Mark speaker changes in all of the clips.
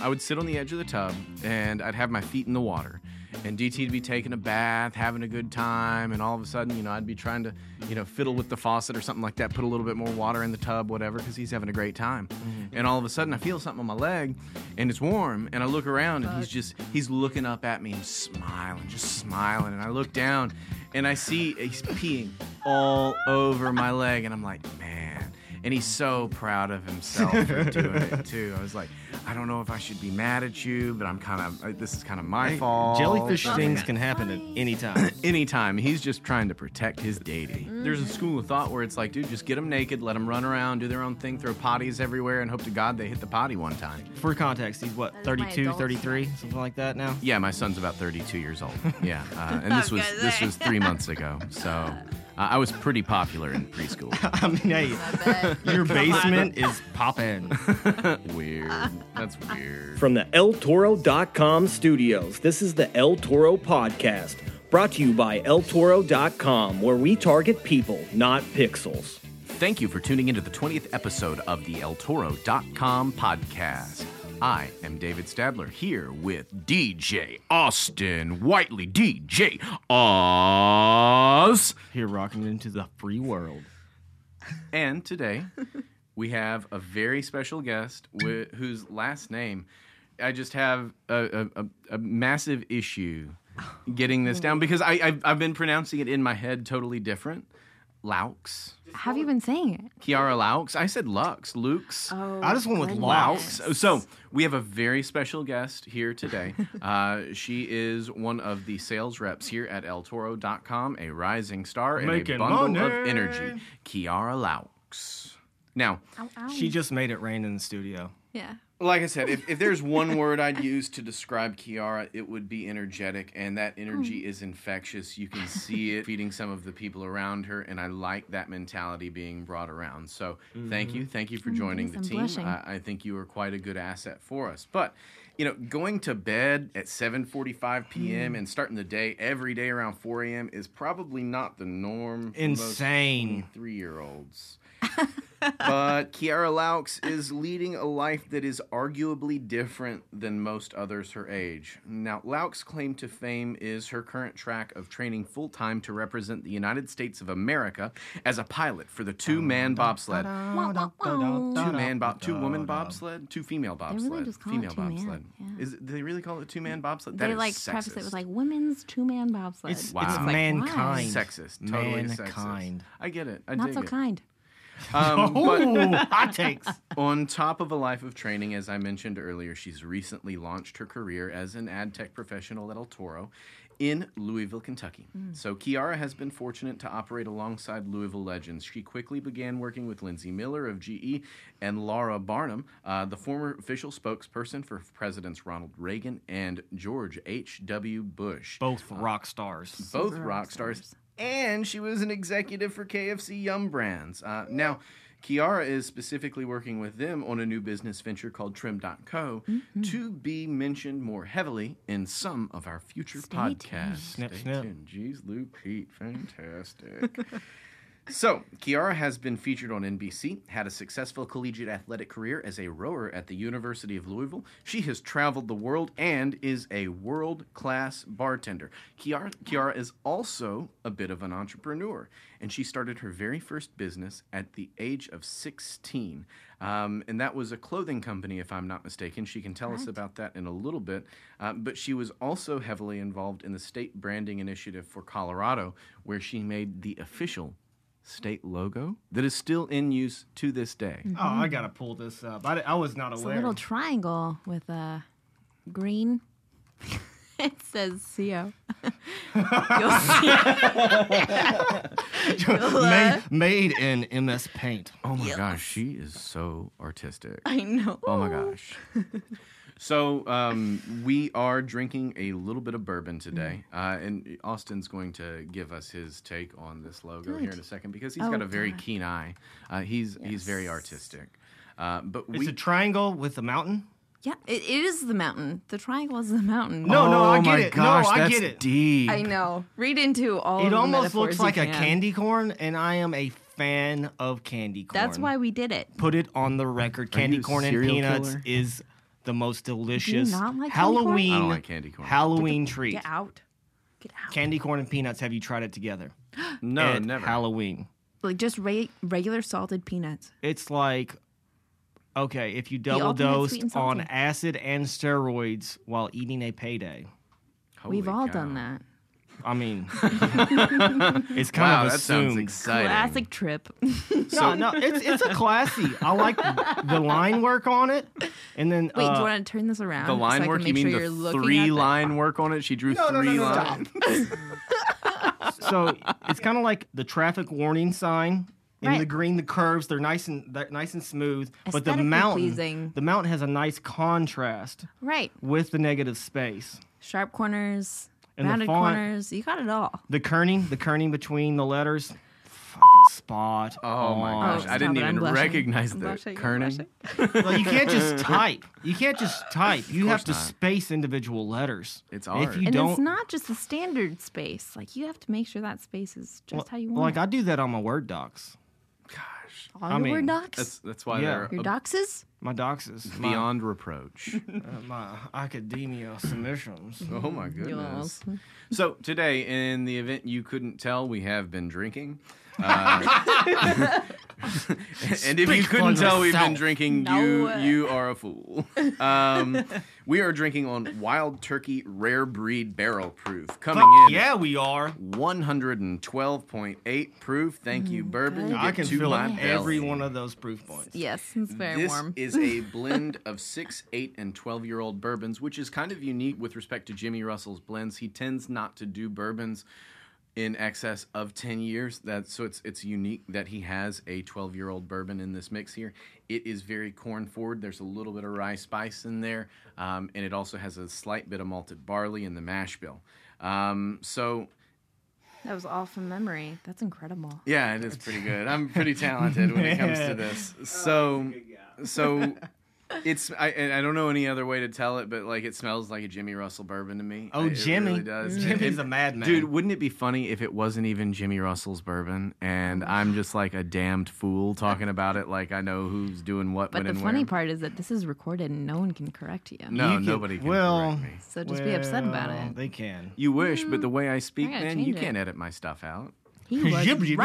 Speaker 1: I would sit on the edge of the tub and I'd have my feet in the water. And DT'd be taking a bath, having a good time, and all of a sudden, you know, I'd be trying to, you know, fiddle with the faucet or something like that, put a little bit more water in the tub, whatever, because he's having a great time. And all of a sudden, I feel something on my leg, and it's warm, and I look around, and he's just he's looking up at me and smiling, just smiling. And I look down, and I see he's peeing all over my leg, and I'm like, man and he's so proud of himself for doing it too. I was like, I don't know if I should be mad at you, but I'm kind of uh, this is kind of my fault.
Speaker 2: Jellyfish
Speaker 1: I mean,
Speaker 2: things can happen at any time.
Speaker 1: Anytime he's just trying to protect his deity. There's a school of thought where it's like, dude, just get them naked, let them run around, do their own thing, throw potties everywhere, and hope to God they hit the potty one time.
Speaker 2: For context, he's what,
Speaker 3: That is my
Speaker 2: 32,
Speaker 3: adult
Speaker 2: 33, something like that now?
Speaker 1: Yeah, my son's about 32 years old. Yeah, uh, and this was
Speaker 3: Okay,
Speaker 1: this
Speaker 3: there.
Speaker 1: was three months ago, so uh, I was pretty popular in preschool.
Speaker 2: I mean, hey,
Speaker 3: I bet.
Speaker 2: your
Speaker 3: Come on.
Speaker 2: basement is popping.
Speaker 1: weird. That's weird.
Speaker 4: From the ElToro.com studios, this is the El Toro Podcast, brought to you by ElToro.com, where we target people, not pixels.
Speaker 1: Thank you for tuning into the 20th episode of the ElToro.com podcast. I am David Stadler here with DJ Austin Whiteley, DJ Oz.
Speaker 2: Here, rocking into the free world.
Speaker 1: And today we have a very special guest wi- whose last name I just have a, a, a, a massive issue getting this down because I, I've, I've been pronouncing it in my head totally different. Laux.
Speaker 3: Have you been saying it?
Speaker 1: Kiara Laux. I said Lux. Lux.
Speaker 3: Oh,
Speaker 2: I just went with Oh,
Speaker 1: Laux.
Speaker 2: Laux.
Speaker 1: So we have a very special guest here today. uh, she is one of the sales reps here at ElToro.com, a rising star and a
Speaker 2: Making
Speaker 1: bundle of
Speaker 2: money.
Speaker 1: energy. Kiara Laux. Now,
Speaker 2: She just made it rain in the studio.
Speaker 3: yeah.
Speaker 1: like I said, if, if there's one word I'd use to describe Kiara, it would be energetic, and that
Speaker 3: Hmm.
Speaker 1: energy is infectious. You can see it feeding some of the people around her, and I like that mentality being brought around. So thank you. Thank you for joining the
Speaker 3: Mm-hmm. Mm, I'm
Speaker 1: team.
Speaker 3: blushing.
Speaker 1: I, I think you are quite a good asset for us. But, you know, going to bed at 7.45
Speaker 3: Mm.
Speaker 1: p.m. and starting the day every day around 4 a.m. is probably not the norm. for most
Speaker 2: Insane.
Speaker 1: three year olds. but Uh, Kiara Laux is leading a life that is arguably different than most others her age. Now, Laux' claim to fame is her current track of training full time to represent the United States of America as a pilot for the two man bobsled. Two man bob,
Speaker 2: Uh,
Speaker 1: two woman bobsled, two female bobsled,
Speaker 3: just call it
Speaker 1: female
Speaker 3: two-man,
Speaker 1: bobsled.
Speaker 3: yeah.
Speaker 1: Is it, do they really call it two man bobsled?
Speaker 3: They
Speaker 1: That is
Speaker 3: like preface it
Speaker 1: sexist.
Speaker 3: with like women's two man bobsled.
Speaker 2: It's,
Speaker 1: Wow.
Speaker 2: it's
Speaker 1: Like, why?
Speaker 2: mankind.
Speaker 1: sexist, totally
Speaker 2: Mankind.
Speaker 1: sexist. I get it. I
Speaker 3: Not
Speaker 1: dig
Speaker 3: so
Speaker 1: it.
Speaker 3: kind.
Speaker 1: Um, but-
Speaker 2: Ooh, hot takes.
Speaker 1: On top of a life of training, as I mentioned earlier, she's recently launched her career as an ad tech professional at El Toro in Louisville, Kentucky.
Speaker 2: Hmm.
Speaker 1: So Kiara has been fortunate to operate alongside Louisville legends. She quickly began working with Lindsay Miller of GE and Laura Barnum, uh, the former official spokesperson for Presidents Ronald Reagan and George H.W. Bush.
Speaker 2: Both rock stars.
Speaker 1: Both rock stars. And she was an executive for KFC Yum Brands. Uh, now, Kiara is specifically working with them on a new business venture called Trim.co to be mentioned more heavily in some of our future podcasts.
Speaker 2: Snip,
Speaker 1: Stay
Speaker 2: snip.
Speaker 1: tuned. Jeez, Lou Pete, fantastic. So, Kiara has been featured on NBC, had a successful collegiate athletic career as a rower at the University of Louisville. She has traveled the world and is a world class bartender. Kiara, Kiara is also a bit of an entrepreneur, and she started her very first business at the age of 16. Um, and that was a clothing company, if I'm not mistaken. She can tell us about that in a little bit. Uh, but she was also heavily involved in the state branding initiative for Colorado, where she made the official state logo that is still in use to this day.
Speaker 2: Oh, I gotta pull this up. I, I was not
Speaker 3: It's a little triangle with a green. it says CO. You'll see.
Speaker 2: made, made in MS Paint.
Speaker 1: Oh my gosh, she is so artistic.
Speaker 3: I know.
Speaker 1: Oh my gosh. So um, we are drinking a little bit of bourbon today,
Speaker 2: Mm.
Speaker 1: uh, and Austin's going to give us his take on this logo here in a second because he's
Speaker 3: Oh,
Speaker 1: got a very
Speaker 3: God.
Speaker 1: keen eye. Uh, he's he's very artistic, uh, but
Speaker 2: It's
Speaker 1: we
Speaker 2: a triangle with a mountain.
Speaker 3: Yeah, it, it is the mountain. The triangle is the mountain.
Speaker 2: No, no, I
Speaker 1: Oh
Speaker 2: get
Speaker 1: my
Speaker 2: it.
Speaker 1: Gosh,
Speaker 2: no, I
Speaker 1: that's
Speaker 2: get it.
Speaker 1: Deep.
Speaker 3: I know. Read into all. of
Speaker 2: It
Speaker 3: the
Speaker 2: almost looks
Speaker 3: metaphors you
Speaker 2: like a
Speaker 3: can.
Speaker 2: candy corn, and I am a fan of candy corn.
Speaker 3: That's why we did it.
Speaker 2: put it on the record. Candy
Speaker 1: you a
Speaker 2: corn and
Speaker 1: serial
Speaker 2: peanuts
Speaker 1: killer?
Speaker 2: is the most delicious
Speaker 3: not like candy corn?
Speaker 2: Halloween
Speaker 1: I don't like candy corn.
Speaker 2: Halloween treat.
Speaker 3: Get out. Get out.
Speaker 2: Candy corn and peanuts. Have you tried it together?
Speaker 1: no,
Speaker 2: at
Speaker 1: never.
Speaker 2: Halloween.
Speaker 3: Like just re- regular salted peanuts.
Speaker 2: It's like okay, if you double
Speaker 3: ultimate
Speaker 2: dosed
Speaker 3: sweet and
Speaker 2: on
Speaker 3: salty.
Speaker 2: acid and steroids while eating a payday.
Speaker 1: Holy
Speaker 3: We've all
Speaker 1: cow.
Speaker 3: done that.
Speaker 2: I mean, it's kind
Speaker 1: Wow,
Speaker 2: of
Speaker 1: that sounds
Speaker 2: assumed.
Speaker 1: exciting.
Speaker 3: Classic trip. Wait,
Speaker 2: no, no, it's it's a classy. I like the line work on it, and then
Speaker 3: do you
Speaker 2: uh,
Speaker 3: want to turn this around?
Speaker 1: The line
Speaker 3: so I
Speaker 1: work?
Speaker 3: can
Speaker 1: You
Speaker 3: make
Speaker 1: mean
Speaker 3: sure you're
Speaker 1: the
Speaker 3: looking at
Speaker 1: three
Speaker 3: the-
Speaker 1: line work on it? She drew
Speaker 2: No, no, no,
Speaker 1: three
Speaker 2: no, stop.
Speaker 1: lines.
Speaker 2: so it's kind of like the traffic warning sign. In
Speaker 3: Right.
Speaker 2: the green, the curves they're nice and they're nice and smooth, but the
Speaker 3: Aesthetically
Speaker 2: mountain,
Speaker 3: pleasing.
Speaker 2: the mountain has a nice contrast
Speaker 3: Right.
Speaker 2: with the negative space.
Speaker 3: Sharp corners,
Speaker 2: And the
Speaker 3: rounded
Speaker 2: font-
Speaker 3: corners. You got it all.
Speaker 2: The kerning, the kerning between the letters, fucking spot.
Speaker 1: Oh my
Speaker 2: on.
Speaker 1: gosh!
Speaker 3: Oh,
Speaker 1: I
Speaker 3: stop
Speaker 1: didn't
Speaker 3: it, I'm
Speaker 1: even
Speaker 3: blushing.
Speaker 1: recognize
Speaker 3: I'm
Speaker 1: the
Speaker 3: blushing, I'm
Speaker 1: kerning.
Speaker 3: blushing.
Speaker 2: Well, you can't just type. You can't just type. You have to
Speaker 1: not.
Speaker 2: space individual letters.
Speaker 1: It's
Speaker 2: And
Speaker 1: art.
Speaker 2: If you
Speaker 3: And
Speaker 2: don't,
Speaker 3: it's not just the standard space. Like you have to make sure that space is just how you
Speaker 2: well,
Speaker 3: want
Speaker 2: like
Speaker 3: it.
Speaker 2: I do that on my Word docs,
Speaker 1: Gosh,
Speaker 3: All
Speaker 2: I
Speaker 3: your
Speaker 2: mean,
Speaker 3: word docs.
Speaker 1: that's that's why
Speaker 2: Yeah.
Speaker 1: they're
Speaker 3: your
Speaker 1: a-
Speaker 3: doxes.
Speaker 2: my docs is my,
Speaker 1: beyond reproach.
Speaker 2: uh, my academia submissions.
Speaker 1: oh my goodness! So today, in the event you couldn't tell, we have been drinking. Uh, and if you
Speaker 2: Speak for
Speaker 1: couldn't tell we've been
Speaker 2: yourself.
Speaker 1: drinking,
Speaker 3: No.
Speaker 1: you you are a fool. Um, we are drinking on Wild Turkey Rare Breed Barrel Proof, coming in
Speaker 2: Yeah, we are.
Speaker 1: 112.8 proof. Thank you,
Speaker 3: Mm,
Speaker 1: bourbon.
Speaker 3: good.
Speaker 1: Get
Speaker 2: I can
Speaker 1: to
Speaker 2: feel
Speaker 1: my
Speaker 2: it every
Speaker 1: belly.
Speaker 2: one of those proof points.
Speaker 3: Yes, it's very
Speaker 1: this
Speaker 3: warm.
Speaker 1: is a blend of six, eight, and twelve-year-old bourbons, which is kind of unique with respect to Jimmy Russell's blends. He tends not to do bourbons in excess of ten years. That so it's it's unique that he has a twelve-year-old bourbon in this mix here. It is very corn forward. There's a little bit of rye spice in there, um, and it also has a slight bit of malted barley in the mash bill. Um, so
Speaker 3: that was all from memory. That's incredible.
Speaker 1: yeah, it is pretty good. I'm pretty talented when it comes to
Speaker 2: Oh,
Speaker 1: this. So, so it's I and I don't know any other way to tell it, but like it smells like a Jimmy Russell bourbon to me.
Speaker 2: Oh,
Speaker 1: It- it
Speaker 2: Jimmy.
Speaker 1: really does.
Speaker 2: Jimmy's
Speaker 1: It-
Speaker 2: a madman.
Speaker 1: Dude, wouldn't it be funny if it wasn't even Jimmy Russell's bourbon and I'm just like a damned fool talking about it like I know who's doing what
Speaker 3: But
Speaker 1: when
Speaker 3: the
Speaker 1: and
Speaker 3: funny
Speaker 1: where?
Speaker 3: part is that this is recorded and no one can correct you.
Speaker 1: no,
Speaker 2: You can-
Speaker 1: nobody can
Speaker 2: well- Mm.
Speaker 1: correct me.
Speaker 3: So just be upset about
Speaker 2: Well,
Speaker 3: it.
Speaker 2: They can.
Speaker 1: You wish, but the way I speak,
Speaker 3: I gotta
Speaker 1: man, you
Speaker 3: change it.
Speaker 1: can't edit my stuff out.
Speaker 3: He was right.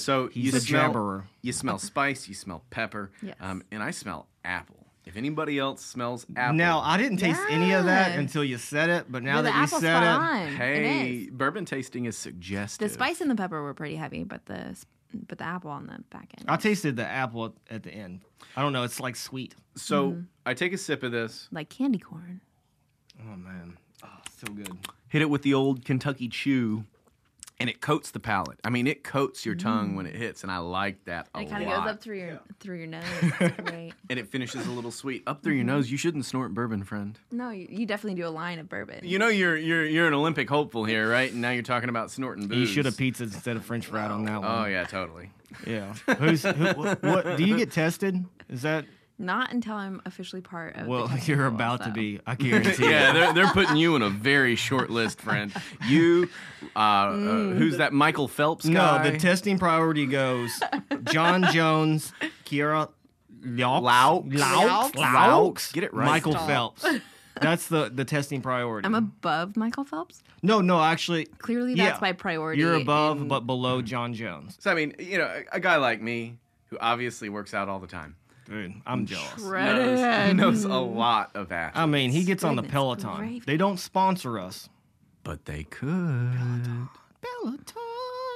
Speaker 1: So
Speaker 2: he's
Speaker 1: you
Speaker 2: a
Speaker 1: smell,
Speaker 2: jabberer.
Speaker 1: You smell spice. You smell pepper.
Speaker 3: Yes.
Speaker 1: Um, and I smell apple. If anybody else smells apple,
Speaker 2: Now I didn't taste any of that
Speaker 3: Yeah.
Speaker 2: until you said it, but now
Speaker 3: Now the
Speaker 2: that you
Speaker 3: apple
Speaker 2: said
Speaker 3: spot
Speaker 2: it,
Speaker 3: on. It
Speaker 1: hey,
Speaker 3: is.
Speaker 1: bourbon tasting is suggestive.
Speaker 3: The spice and the pepper were pretty heavy, but the s- but the apple on the back end.
Speaker 2: I tasted the apple at, at the end. I don't know. It's like sweet.
Speaker 1: So
Speaker 3: hmm.
Speaker 1: I take a sip of this.
Speaker 3: like candy corn.
Speaker 2: Oh man, oh, so good.
Speaker 1: hit it with the old Kentucky Chew, and it coats the palate. I mean, it coats your tongue when it hits, and I like that a
Speaker 3: Mm. It
Speaker 1: lot.
Speaker 3: kind of goes up through your through your nose. It's great.
Speaker 1: and it finishes a little sweet up through
Speaker 3: Mm-hmm.
Speaker 1: your nose. You shouldn't snort bourbon, friend.
Speaker 3: No, you, you definitely do a line of bourbon.
Speaker 1: You know you're you're you're an Olympic hopeful here, right? And now you're talking about snorting booze.
Speaker 2: You should have pizza instead of French fried on that one.
Speaker 1: Oh yeah, totally.
Speaker 2: yeah. Who's who, wh- what? Do you get tested? Is that
Speaker 3: Not until I'm officially part of. the
Speaker 2: well?
Speaker 3: Kentucky
Speaker 2: You're
Speaker 3: Roll,
Speaker 2: about to
Speaker 3: so.
Speaker 2: be. I guarantee.
Speaker 1: Yeah, they're, they're putting you in a very short list, friend. You, uh, uh, who's that? Michael Phelps
Speaker 2: it. No,
Speaker 1: guy?
Speaker 2: the testing priority goes John Jones, Kiera Laux,
Speaker 1: Laux.
Speaker 2: Laux,
Speaker 1: Laux.
Speaker 2: Laux,
Speaker 1: Get it right.
Speaker 2: Michael
Speaker 1: Stop.
Speaker 2: Phelps. That's the the testing priority.
Speaker 3: I'm above Michael Phelps.
Speaker 2: no, no, actually,
Speaker 3: Clearly,
Speaker 2: yeah,
Speaker 3: that's my priority.
Speaker 2: You're above,
Speaker 3: in- Mm.
Speaker 2: but below John Jones.
Speaker 1: so I mean, you know, a, a guy like me who obviously works out all the time
Speaker 2: Dude, I'm jealous.
Speaker 1: knows, knows a lot of athletes.
Speaker 2: I mean, he gets on the
Speaker 3: Goodness
Speaker 2: Peloton.
Speaker 3: gracious.
Speaker 2: They don't sponsor us.
Speaker 1: but they could.
Speaker 2: Peloton.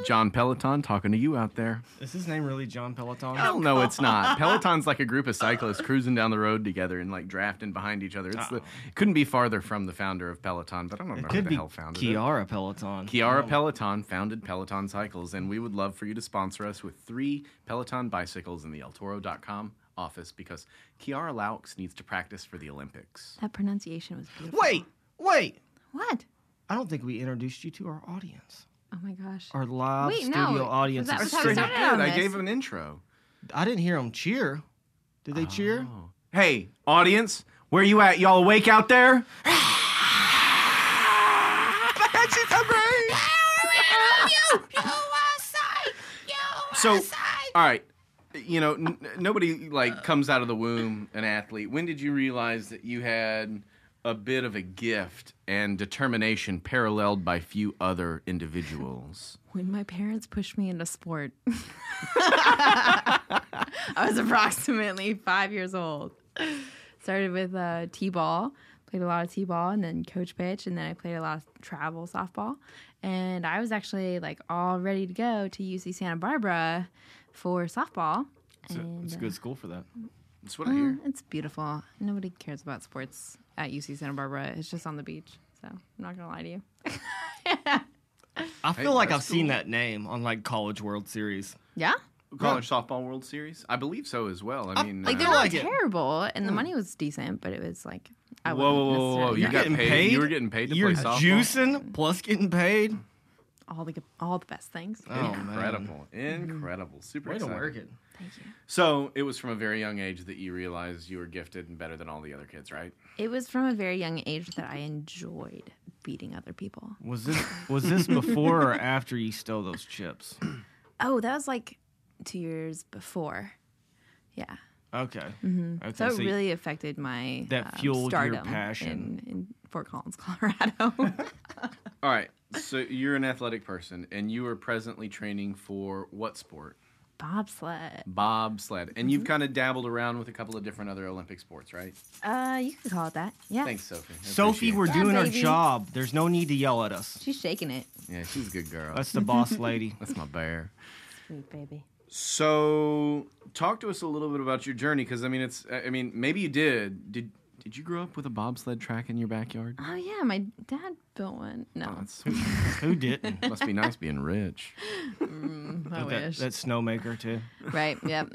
Speaker 1: John Peloton talking to you out there.
Speaker 2: Is his name really John Peloton?
Speaker 3: Oh.
Speaker 1: Hell no, it's not. Peloton's like a group of cyclists cruising down the road together and like drafting behind each other. It's the couldn't be farther from the founder of Peloton, but I don't remember who
Speaker 2: Oh. Could
Speaker 1: the
Speaker 2: be
Speaker 1: hell founded it.
Speaker 2: Kiara Peloton. Oh.
Speaker 1: Kiara Peloton founded Peloton Cycles, and we would love for you to sponsor us with three Peloton bicycles in the eltoro.com office because Kiara Laux needs to practice for the Olympics.
Speaker 3: that pronunciation was beautiful.
Speaker 2: wait, wait.
Speaker 3: What?
Speaker 2: I don't think we introduced you to our audience,
Speaker 3: Oh my gosh.
Speaker 2: our live
Speaker 3: Wait, no.
Speaker 2: studio audience.
Speaker 3: Was that-
Speaker 2: is
Speaker 3: was that-
Speaker 2: sitting-
Speaker 3: was that- Started on
Speaker 1: I
Speaker 3: this.
Speaker 1: gave an intro.
Speaker 2: I didn't hear them cheer. Did they cheer?
Speaker 1: Oh. Hey, audience, where you at? Y'all awake out there? So, all right, you know, n- nobody like comes out of the womb an athlete. When did you realize that you had a bit of a gift and determination paralleled by few other individuals?
Speaker 3: When my parents pushed me into sport, I was approximately five years old. Started with uh, t ball, played a lot of t ball, and then coach pitch, and then I played a lot of travel softball. And I was actually like all ready to go to UC Santa Barbara for softball. uh,
Speaker 2: It's a, it's a good school for that.
Speaker 1: That's what I hear.
Speaker 3: It's beautiful. Nobody cares about sports at UC Santa Barbara. It's just on the beach. So I'm not gonna lie to you.
Speaker 2: I feel like I've
Speaker 1: that's
Speaker 2: seen that name on like College World Series.
Speaker 3: Yeah.
Speaker 1: College softball World Series, I believe so as well. I mean,
Speaker 3: Like
Speaker 1: uh,
Speaker 3: they're not
Speaker 2: like it.
Speaker 3: terrible, and the money was decent, but it was like I
Speaker 1: Whoa, whoa, whoa,
Speaker 3: wouldn't
Speaker 1: whoa!
Speaker 3: necessarily-
Speaker 1: You
Speaker 3: no.
Speaker 1: got
Speaker 2: Getting
Speaker 1: paid.
Speaker 2: paid?
Speaker 1: You were getting paid to
Speaker 2: You're
Speaker 1: play softball.
Speaker 2: juicing plus getting paid.
Speaker 3: all the all the best things.
Speaker 2: Oh,
Speaker 1: Incredible, incredible, super
Speaker 2: Way to
Speaker 1: exciting.
Speaker 2: work it.
Speaker 3: Thank you.
Speaker 1: So it was from a very young age that you realized you were gifted and better than all the other kids, right?
Speaker 3: It was from a very young age that I enjoyed beating other people.
Speaker 2: Was this was this before or after you stole those chips?
Speaker 3: Oh, that was like two years before. Yeah,
Speaker 2: Okay. Okay.
Speaker 3: Mm-hmm. so,
Speaker 2: so
Speaker 3: it
Speaker 2: you-
Speaker 3: really affected my
Speaker 2: That
Speaker 3: um,
Speaker 2: fueled your
Speaker 3: stardom
Speaker 2: passion.
Speaker 3: in, in Fort Collins, Colorado.
Speaker 1: All right. So you're an athletic person, and you are presently training for what sport?
Speaker 3: Bobsled.
Speaker 1: Bobsled. And
Speaker 2: Mm-hmm.
Speaker 1: you've kind of dabbled around with a couple of different other Olympic sports, right?
Speaker 3: Uh, you could call it that. Yeah,
Speaker 1: Thanks, Sophie. I
Speaker 2: Sophie,
Speaker 1: appreciate
Speaker 2: we're
Speaker 1: it.
Speaker 2: doing our
Speaker 3: baby.
Speaker 2: job. There's no need to yell at us.
Speaker 3: she's shaking it.
Speaker 1: yeah, she's a good girl.
Speaker 2: That's the boss lady.
Speaker 1: That's my bear.
Speaker 3: Sweet baby.
Speaker 1: So talk to us a little bit about your journey, because I mean, it's I mean, maybe you did. Did did you grow up with a bobsled track in your backyard?
Speaker 3: Oh yeah, my dad built one. No,
Speaker 1: Oh, that's sweet.
Speaker 2: Who didn't?
Speaker 1: Must be nice being rich.
Speaker 3: I
Speaker 2: That,
Speaker 3: wish.
Speaker 2: that snowmaker too.
Speaker 3: Right. Yep.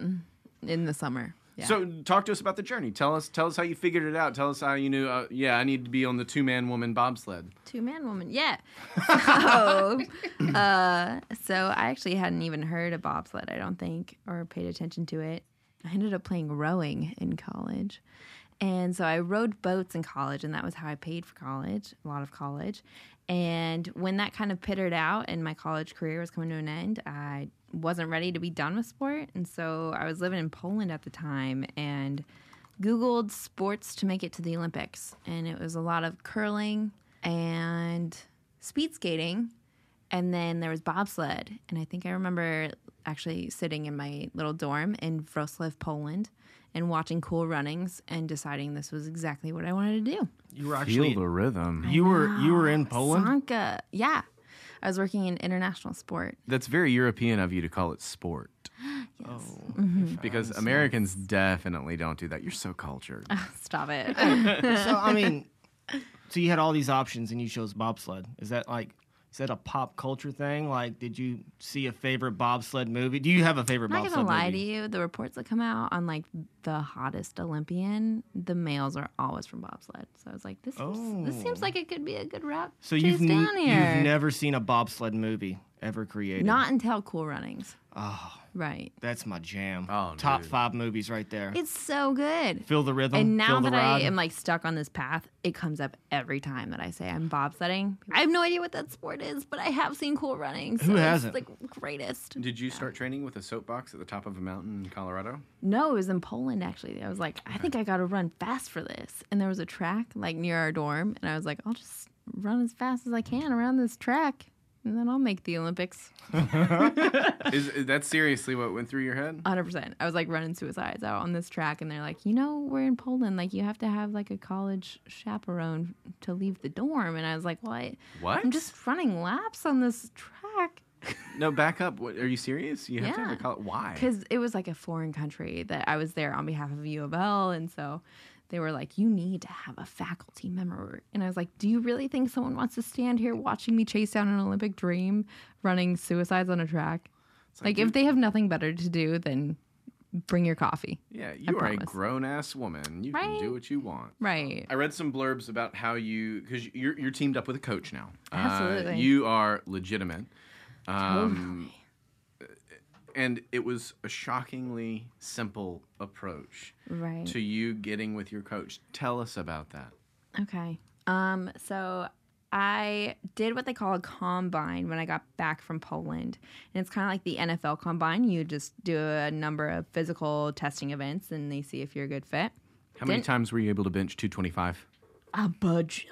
Speaker 3: In the summer. Yeah.
Speaker 1: So talk to us about the journey. Tell us tell us how you figured it out. Tell us how you knew. Uh, yeah, I need to be on the two man woman bobsled.
Speaker 3: two man woman. Yeah. So, uh, so I actually hadn't even heard of bobsled, I don't think, or paid attention to it. I ended up playing rowing in college. And so I rowed boats in college, and that was how I paid for college, a lot of college. And when that kind of pittered out and my college career was coming to an end, I wasn't ready to be done with sport. And so I was living in Poland at the time and Googled sports to make it to the Olympics. And it was a lot of curling and speed skating and then there was bobsled and i think i remember actually sitting in my little dorm in wrocław poland and watching cool runnings and deciding this was exactly what i wanted to do
Speaker 2: You were actually
Speaker 1: rhythm.
Speaker 2: you were you were
Speaker 3: Ah,
Speaker 2: in Poland.
Speaker 3: Sanka. yeah i was working in international sport
Speaker 1: That's very European of you to call it sport. Oh, Because Americans definitely don't do that. You're so cultured.
Speaker 3: stop it
Speaker 2: So I mean, so you had all these options and you chose bobsled. Is that like is that a pop culture thing? Like, did you see a favorite bobsled movie? Do you have a favorite
Speaker 3: I'm not
Speaker 2: bobsled
Speaker 3: gonna lie
Speaker 2: movie?
Speaker 3: to you. The reports that come out on like the hottest Olympian, the males are always from bobsled. So I was like, this seems, this seems like it could be a good route.
Speaker 2: Oh. So
Speaker 3: to
Speaker 2: you've
Speaker 3: chase
Speaker 2: n-
Speaker 3: down
Speaker 2: you've
Speaker 3: here.
Speaker 2: never seen a bobsled movie ever created.
Speaker 3: Not until Cool Runnings. Oh.
Speaker 2: Ah.
Speaker 3: Right.
Speaker 2: That's my jam.
Speaker 1: Oh,
Speaker 2: Top
Speaker 1: dude.
Speaker 2: five movies right there.
Speaker 3: It's so good.
Speaker 2: feel the rhythm.
Speaker 3: and now
Speaker 2: feel the
Speaker 3: that I
Speaker 2: ride.
Speaker 3: am like stuck on this path, it comes up every time that I say I'm bobsledding. I have no idea what that sport is, but I have seen Cool Runnings.
Speaker 2: Who
Speaker 3: so
Speaker 2: hasn't?
Speaker 3: It's like greatest.
Speaker 1: Did you start training with a soapbox at the top of a mountain in Colorado?
Speaker 3: No, it was in Poland actually. I was like, I think I got to run fast for this. And there was a track like near our dorm, and I was like, I'll just run as fast as I can around this track, and then I'll make the Olympics.
Speaker 1: Is that seriously what went through your head?
Speaker 3: hundred percent. I was like running suicides out on this track, and they're like, you know, we're in Poland. Like, you have to have like a college chaperone to leave the dorm. And I was like, what?
Speaker 1: What?
Speaker 3: I'm just running laps on this track
Speaker 1: No, back up. What, are you serious? You have to have a
Speaker 3: Yeah.
Speaker 1: college. Why?
Speaker 3: because it was like a foreign country that I was there on behalf of U of L, and so they were like, you need to have a faculty member. And I was like, do you really think someone wants to stand here watching me chase down an Olympic dream, running suicides on a track? Like, if they have nothing better to do than bring your coffee.
Speaker 1: Yeah, you are a
Speaker 3: promise.
Speaker 1: grown ass woman. You can
Speaker 3: Right?
Speaker 1: do what you want.
Speaker 3: Right.
Speaker 1: I read some blurbs about how you because you're you're teamed up with a coach now. Uh,
Speaker 3: Absolutely.
Speaker 1: you are legitimate,
Speaker 3: Um,
Speaker 1: and it was a shockingly simple approach
Speaker 3: right.
Speaker 1: to you getting with your coach. Tell us about that.
Speaker 3: okay. Um, so I did what they call a combine when I got back from Poland. And it's kind of like the NFL combine. You just do a number of physical testing events and they see if you're a good fit.
Speaker 1: How many
Speaker 3: Didn't-
Speaker 1: times were you able to bench 225?
Speaker 3: A bajillion.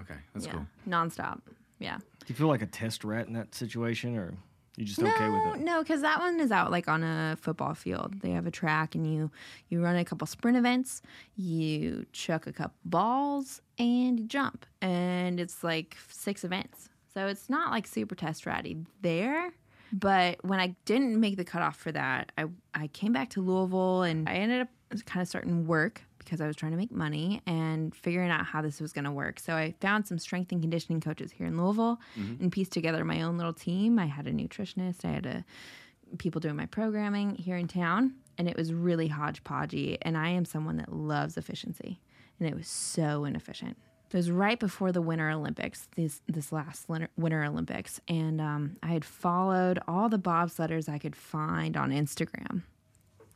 Speaker 1: Okay, that's
Speaker 3: Yeah.
Speaker 1: cool.
Speaker 3: Nonstop. Yeah.
Speaker 2: Do you feel like a test rat in that situation, or you just okay with it?
Speaker 3: No, because that one is out like on a football field. They have a track, and you you run a couple sprint events, you chuck a couple balls, and you jump, and it's like six events. So it's not like super test ratty there. But when I didn't make the cutoff for that, I I came back to Louisville, and I ended up kind of starting work because I was trying to make money and figuring out how this was going to work. So I found some strength and conditioning coaches here in Louisville and pieced together my own little team. I had a nutritionist, I had a people doing my programming here in town, and it was really hodgepodgey. And I am someone that loves efficiency, and it was so inefficient. It was right before the Winter Olympics, this this last lin- Winter Olympics, and um, I had followed all the bobsledders I could find on Instagram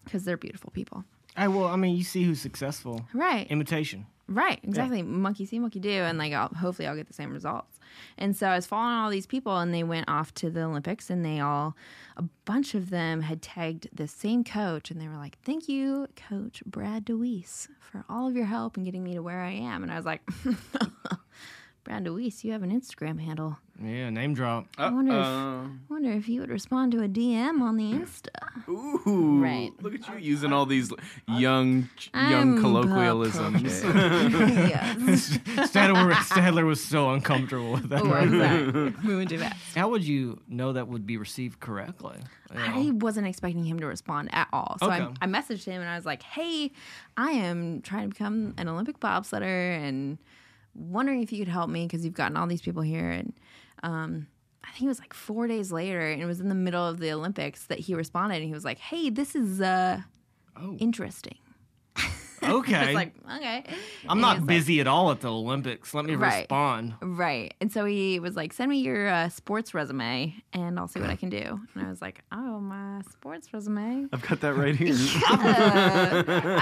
Speaker 3: because they're beautiful people.
Speaker 2: I well, I mean, you see who's successful.
Speaker 3: Right.
Speaker 2: Imitation.
Speaker 3: Right, exactly. Monkey see, monkey do, and like I'll, hopefully I'll get the same results. And so I was following all these people, and they went off to the Olympics, and they all, a bunch of them had tagged the same coach, and they were like, "Thank you, Coach Brad Deweese, for all of your help in getting me to where I am." And I was like, "Brad Deweese, you have an Instagram handle.
Speaker 2: Yeah, name drop.
Speaker 3: I wonder
Speaker 1: Uh,
Speaker 3: if I wonder if you would respond to a DM on the Insta."
Speaker 1: Ooh,
Speaker 3: Right.
Speaker 1: look at you using all these young,
Speaker 3: I'm
Speaker 1: young
Speaker 3: Bob
Speaker 1: colloquialisms.
Speaker 3: yes.
Speaker 2: Stadler, Stadler was so uncomfortable with that.
Speaker 3: Oh, I'm sorry. Moving too fast.
Speaker 2: How would you know that would be received correctly? You know?
Speaker 3: I wasn't expecting him to respond at all. So
Speaker 2: Okay.
Speaker 3: I, I messaged him and I was like, hey, I am trying to become an Olympic bobsledder and wondering if you could help me because you've gotten all these people here. And um, I think it was like four days later, and it was in the middle of the Olympics that he responded and he was like, hey, this is uh, interesting. I
Speaker 2: Oh. okay.
Speaker 3: was like, okay.
Speaker 2: I'm
Speaker 3: And
Speaker 2: not
Speaker 3: he's like-
Speaker 2: busy at all at the Olympics. Let me
Speaker 3: Right.
Speaker 2: respond.
Speaker 3: Right. And so he was like, send me your uh, sports resume and I'll see what I can do. And I was like, oh, my sports resume.
Speaker 1: I've got that right here.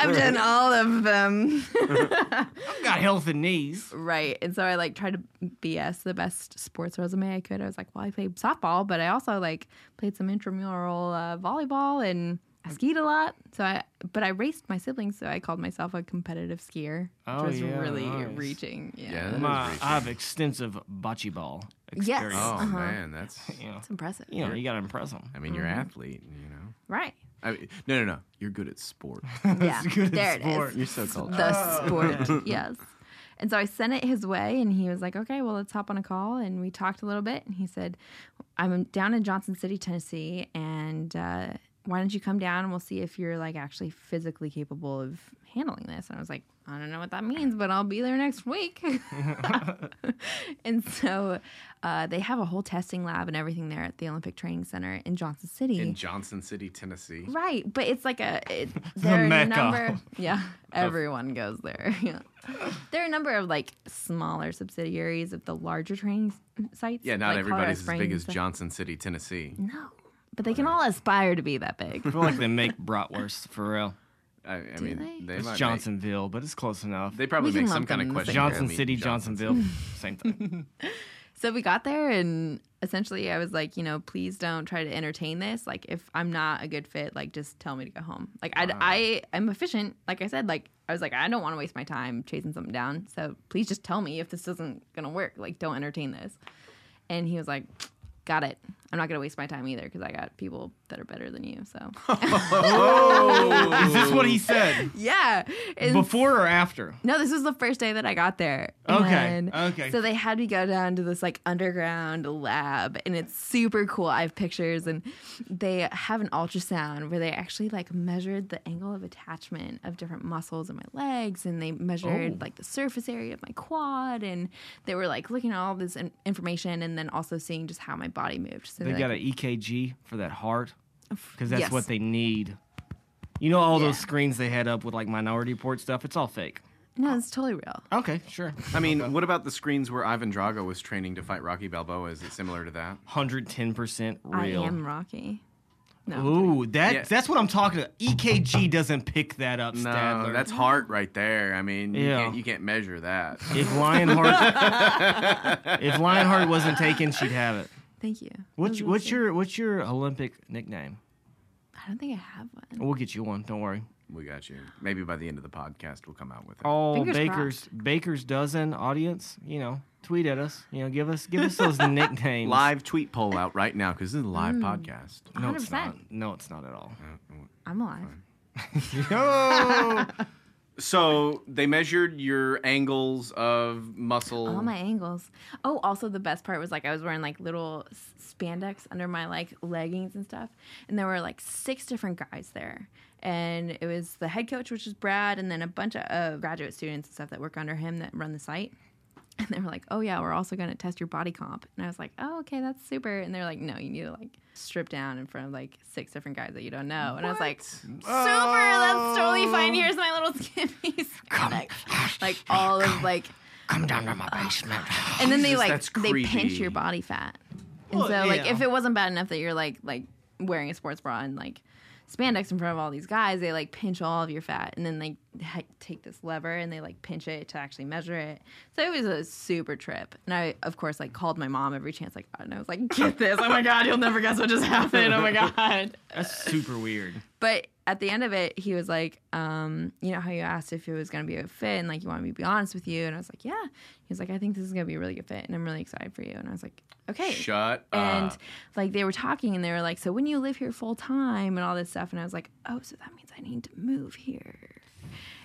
Speaker 3: I've done all of them.
Speaker 2: I've got health and knees.
Speaker 3: right. And so I like tried to BS the best sports resume I could. I was like, well, I played softball, but I also like played some intramural uh, volleyball and I skied a lot. So I, but I raced my siblings, so I called myself a competitive skier, which
Speaker 2: Oh,
Speaker 3: was
Speaker 2: yeah,
Speaker 3: really
Speaker 2: nice.
Speaker 3: reaching. Yeah.
Speaker 1: Yeah, that is
Speaker 2: My,
Speaker 1: reaching.
Speaker 2: I have extensive bocce ball
Speaker 3: Yes.
Speaker 2: experience.
Speaker 1: Oh
Speaker 3: Uh-huh.
Speaker 1: man, that's.
Speaker 2: You, know,
Speaker 3: It's impressive.
Speaker 2: you know, you gotta impress them.
Speaker 1: I mean, you're
Speaker 3: Uh-huh.
Speaker 1: an athlete. You know.
Speaker 3: Right.
Speaker 1: I mean, no, no, no. You're good at sport.
Speaker 3: Yeah.
Speaker 2: good at
Speaker 3: there it
Speaker 2: sport.
Speaker 3: is.
Speaker 1: You're so cultured.
Speaker 3: the sport. yes. And so I sent it his way, and he was like, okay, well, let's hop on a call. And we talked a little bit, and he said, I'm down in Johnson City, Tennessee, and uh, why don't you come down and we'll see if you're like actually physically capable of handling this? And I was like, I don't know what that means, but I'll be there next week. and so uh, they have a whole testing lab and everything there at the Olympic Training Center in Johnson City.
Speaker 1: In Johnson City, Tennessee.
Speaker 3: Right, but it's like a it, there are a
Speaker 2: Mecca.
Speaker 3: number. Yeah, everyone goes there. Yeah. There are a number of like smaller subsidiaries of the larger training s- sites.
Speaker 1: Yeah, not
Speaker 3: like Colorado
Speaker 1: everybody's as big as
Speaker 3: Springs.
Speaker 1: Johnson City, Tennessee.
Speaker 3: No, but they can all aspire to be that big.
Speaker 2: I feel like they make bratwurst for real.
Speaker 1: I, I mean, they
Speaker 3: they?
Speaker 1: might
Speaker 2: It's
Speaker 1: make-
Speaker 2: Johnsonville, but it's close enough.
Speaker 1: they probably
Speaker 3: We can
Speaker 1: make some
Speaker 3: lump
Speaker 1: kind of
Speaker 3: them in the
Speaker 1: question.
Speaker 3: same
Speaker 2: Johnson
Speaker 1: meat in
Speaker 2: City,
Speaker 1: Johnson
Speaker 2: Johnsonville, same thing.
Speaker 3: So we got there, and essentially, I was like, you know, please don't try to entertain this. Like, if I'm not a good fit, like, just tell me to go home. Like, I'd- I, I am efficient. Like I said, like I was like, I don't want to waste my time chasing something down. So please just tell me if this isn't gonna work. Like, don't entertain this. And he was like, got it. I'm not gonna waste my time either because I got people that are better than you. So
Speaker 2: Is this what he said
Speaker 3: yeah. And
Speaker 2: before or after?
Speaker 3: No, this was the first day that I got there.
Speaker 2: Okay,
Speaker 3: And
Speaker 2: okay.
Speaker 3: So they had me go down to this like underground lab, and it's super cool. I have pictures, and they have an ultrasound where they actually like measured the angle of attachment of different muscles in my legs, and they measured
Speaker 2: Oh.
Speaker 3: like the surface area of my quad, and they were like looking at all this in- information, and then also seeing just how my body moved. So
Speaker 2: They
Speaker 3: like,
Speaker 2: got an EKG for that heart because that's
Speaker 3: Yes.
Speaker 2: what they need. You know all those
Speaker 3: Yeah.
Speaker 2: screens they had up with like Minority Report stuff. It's all fake.
Speaker 3: no, it's totally real.
Speaker 2: Okay, sure.
Speaker 1: I mean, what about the screens where Ivan Drago was training to fight Rocky Balboa? Is it similar to that?
Speaker 2: Hundred ten percent real.
Speaker 3: I am Rocky. No. I'm kidding.
Speaker 2: Ooh, that
Speaker 1: Yeah.
Speaker 2: that's what I'm talking about. EKG doesn't pick that up,
Speaker 1: No,
Speaker 2: Stadler.
Speaker 1: that's heart right there. I mean, you,
Speaker 2: Yeah.
Speaker 1: can't, you can't measure that.
Speaker 2: if Lionheart if Lionheart wasn't taken, she'd have it.
Speaker 3: Thank you.
Speaker 2: What's
Speaker 3: Those are
Speaker 2: what's
Speaker 3: the-
Speaker 2: your what's your Olympic nickname?
Speaker 3: I don't think I have one.
Speaker 2: We'll get you one. Don't worry.
Speaker 1: We got you. Maybe by the end of the podcast, we'll come out with it.
Speaker 2: All
Speaker 3: Fingers
Speaker 2: Baker's Baker's dozen audience, you know, tweet at us. You know, give us give us those nicknames.
Speaker 1: Live tweet poll out right now because this is a live podcast.
Speaker 2: No, it's not.
Speaker 3: 100%.
Speaker 2: No, it's not at all.
Speaker 3: I'm alive.
Speaker 1: So they measured your angles of muscle.
Speaker 3: All my angles. Oh, also the best part was like I was wearing like little s- spandex under my like leggings and stuff, and there were like six different guys there, and it was the head coach, which is Brad, and then a bunch of uh, graduate students and stuff that work under him that run the site. And they were like, "Oh yeah, we're also going to test your body comp." And I was like, "Oh okay, that's super." And they're like, "No, you need to like strip down in front of like six different guys that you don't know." And I was like, "Super, that's totally fine. Here's my little skimmies." Like, like all of like
Speaker 2: Come down to my basement.
Speaker 3: and then they like
Speaker 1: that's
Speaker 3: they pinch
Speaker 1: creepy.
Speaker 3: your body fat. And
Speaker 2: Well,
Speaker 3: so like
Speaker 2: yeah.
Speaker 3: if it wasn't bad enough that you're like like wearing a sports bra and like spandex in front of all these guys, they like pinch all of your fat and then they ha- take this lever and they like pinch it to actually measure it. So it was a super trip. And I of course like called my mom every chance I got and I was like, "Get this. Oh my god, you'll never guess what just happened. Oh my god."
Speaker 2: That's super weird.
Speaker 3: But at the end of it, he was like, um, you know how you asked if it was gonna be a fit and like you want me to be honest with you? And I was like, Yeah. He was like, I think this is gonna be a really good fit and I'm really excited for you. And I was like, Okay.
Speaker 1: Shut
Speaker 3: and
Speaker 2: Ah.
Speaker 1: up.
Speaker 3: like they were talking and they were like, So when you live here full time and all this stuff and I was like, Oh, so that means I need to move here.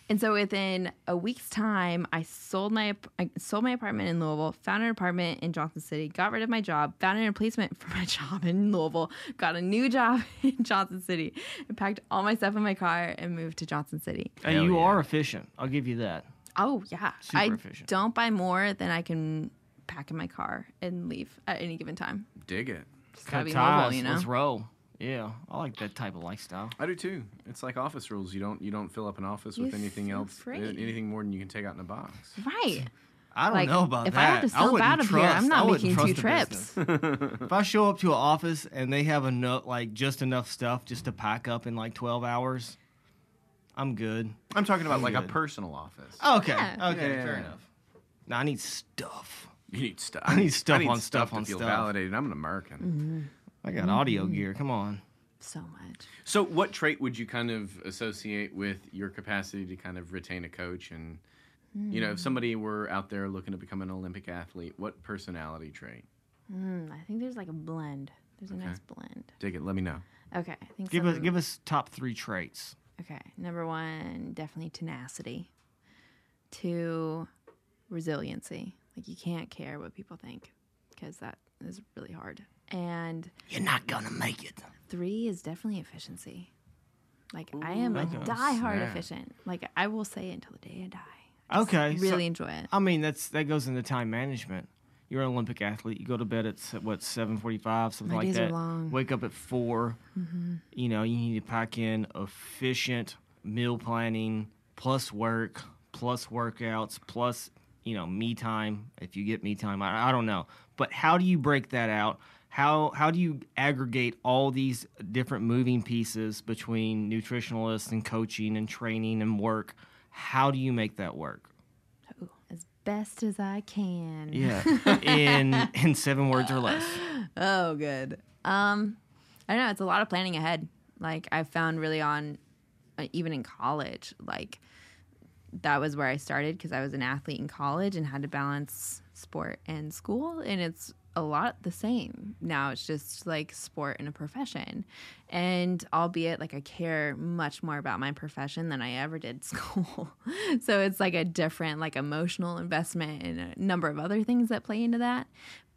Speaker 3: And so within a week's time, I sold my I sold my apartment in Louisville, found an apartment in Johnson City, got rid of my job, found a replacement for my job in Louisville, got a new job in Johnson City, and packed all my stuff in my car and moved to Johnson City.
Speaker 2: Hey,
Speaker 1: Hell
Speaker 2: you
Speaker 1: yeah.
Speaker 2: are efficient. I'll give you that.
Speaker 3: Oh yeah,
Speaker 2: Super
Speaker 3: I
Speaker 2: efficient.
Speaker 3: don't buy more than I can pack in my car and leave at any given time.
Speaker 1: Dig it.
Speaker 3: Just gotta be
Speaker 2: ties.
Speaker 3: mobile, you know.
Speaker 2: Let's roll. Yeah, I like that type of lifestyle.
Speaker 1: I do too. It's like office rules. You don't you don't fill up an office with
Speaker 3: You
Speaker 1: anything
Speaker 3: feel
Speaker 1: else,
Speaker 3: free.
Speaker 1: anything more than you can take out in a box.
Speaker 3: Right.
Speaker 2: I don't
Speaker 3: Like,
Speaker 2: know about
Speaker 3: if I
Speaker 2: that.
Speaker 3: have to sell
Speaker 2: wouldn't
Speaker 3: out of here, I'm not
Speaker 2: I wouldn't
Speaker 3: making
Speaker 2: trust
Speaker 3: two
Speaker 2: the
Speaker 3: trips.
Speaker 2: business. if I show up to an office and they have enough, like just enough stuff, just to pack up in like 12 hours, I'm good.
Speaker 1: I'm talking about like a
Speaker 2: Good.
Speaker 1: personal office.
Speaker 3: Oh.
Speaker 2: Okay,
Speaker 3: Yeah.
Speaker 2: okay,
Speaker 1: Yeah.
Speaker 2: fair enough. Now I need stuff.
Speaker 1: You need stuff.
Speaker 2: need stuff on stuff
Speaker 1: to
Speaker 2: on
Speaker 1: feel
Speaker 2: stuff.
Speaker 1: validated. I'm an American.
Speaker 2: I got audio
Speaker 3: Mm-hmm.
Speaker 2: gear. Come on.
Speaker 3: So much.
Speaker 1: So, what trait would you kind of associate with your capacity to kind of retain a coach? And, you know, if somebody were out there looking to become an Olympic athlete, what personality trait?
Speaker 3: Mm, I think there's like a blend. There's a nice blend.
Speaker 1: Dig it. Let me know.
Speaker 3: Okay. I think
Speaker 2: Give
Speaker 3: some-
Speaker 2: us give us top three traits.
Speaker 3: Okay. Number one, definitely tenacity. Two, resiliency. Like you can't care what people think because that is really hard. And
Speaker 2: You're not gonna make it.
Speaker 3: three is definitely efficiency. Like I am a diehard
Speaker 1: snap.
Speaker 3: efficient. Like I will say it until the day I die.
Speaker 2: Okay. so-
Speaker 3: Really enjoy it.
Speaker 2: I mean, that's that goes into time management. You're an Olympic athlete. You go to bed at se- what seven forty-five, something
Speaker 3: My
Speaker 2: like
Speaker 3: days are
Speaker 2: that.
Speaker 3: long. Mm-hmm.
Speaker 2: Wake up at 4 You know, you need to pack in efficient meal planning, plus work, plus workouts, plus you know me time. If you get me time, I, I don't know. But how do you break that out? How how do you aggregate all these different moving pieces between nutritionalists and coaching and training and work? How do you make that work?
Speaker 3: Ooh, as best as I can.
Speaker 2: Yeah, in in seven words or less.
Speaker 3: Oh, good. Um, I don't know. It's a lot of planning ahead. Like I found really on, uh, even in college, like that was where I started because I was an athlete in college and had to balance sport and school, and it's a lot the same now. It's just like sport and a profession, and albeit like I care much more about my profession than I ever did school, so it's like a different like emotional investment and a number of other things that play into that.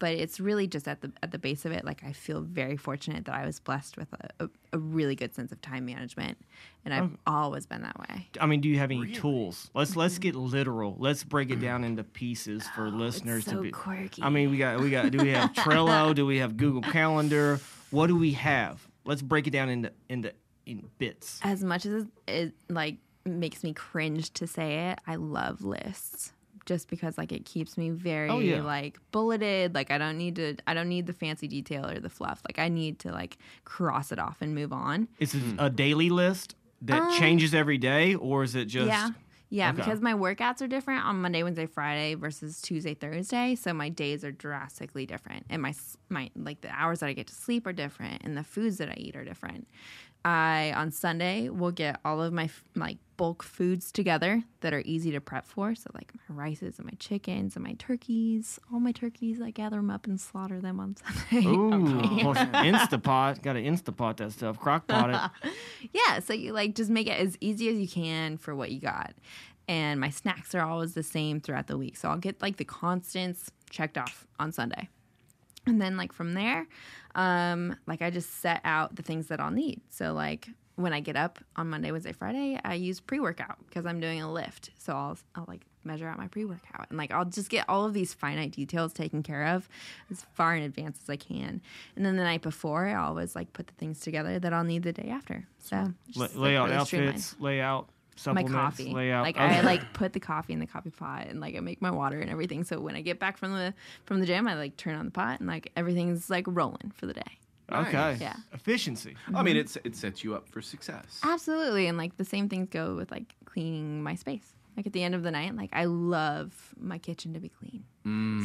Speaker 3: But it's really just at the at the base of it. Like I feel very fortunate that I was blessed with a, a, a really good sense of time management, and I've always been that way.
Speaker 2: I mean, do you have any tools? Let's let's get literal. Let's break it down into pieces for listeners
Speaker 3: Mm. Oh, so
Speaker 2: to be.
Speaker 3: quirky.
Speaker 2: I mean, we got we got. Do we have Trello? do we have Google Calendar? What do we have? Let's break it down into into in bits.
Speaker 3: as much as it like makes me cringe to say it, I love lists. just because like it keeps me very
Speaker 2: Oh, yeah.
Speaker 3: like bulleted. Like I don't need to I don't need the fancy detail or the fluff. Like I need to like cross it off and move on.
Speaker 2: Is it a daily list that changes every day, or is it just
Speaker 3: Um, yeah. Yeah,
Speaker 2: Okay.
Speaker 3: because my workouts are different on Monday, Wednesday, Friday versus Tuesday, Thursday. So my days are drastically different, and my s- my like the hours that I get to sleep are different, and the foods that I eat are different. I on Sunday will get all of my f- like bulk foods together that are easy to prep for. So like my rices and my chickens and my turkeys, all my turkeys, I gather them up and slaughter them on Sunday.
Speaker 2: ooh, well, Instapot? Got to Instapot that stuff. Crockpot it.
Speaker 3: Yeah, so you like just make it as easy as you can for what you got. And my snacks are always the same throughout the week. So I'll get like the constants checked off on Sunday. And then like from there, um, like I just set out the things that I'll need. So like when I get up on Monday, Wednesday, Friday, I use pre workout because I'm doing a lift. So I'll I'll like measure out my pre workout and like I'll just get all of these finite details taken care of as far in advance as I can. And then the night before, I always like put the things together that I'll need the day after. So just,
Speaker 2: La-
Speaker 3: like,
Speaker 2: lay out
Speaker 3: really streamlined.
Speaker 2: outfits. Lay out
Speaker 3: My
Speaker 2: supplements.
Speaker 3: coffee,
Speaker 2: Lay out. Oh,
Speaker 3: like
Speaker 2: okay.
Speaker 3: I like put the coffee in the coffee pot, and like I make my water and everything. So when I get back from the from the gym, I like turn on the pot, and like everything's like rolling for the day.
Speaker 2: Okay.
Speaker 1: Nice.
Speaker 3: Yeah.
Speaker 2: Efficiency.
Speaker 1: I mean, it's it sets you up for success.
Speaker 3: Ah. Absolutely. And like the same things go with like cleaning my space. Like at the end of the night, like I love my kitchen to be clean.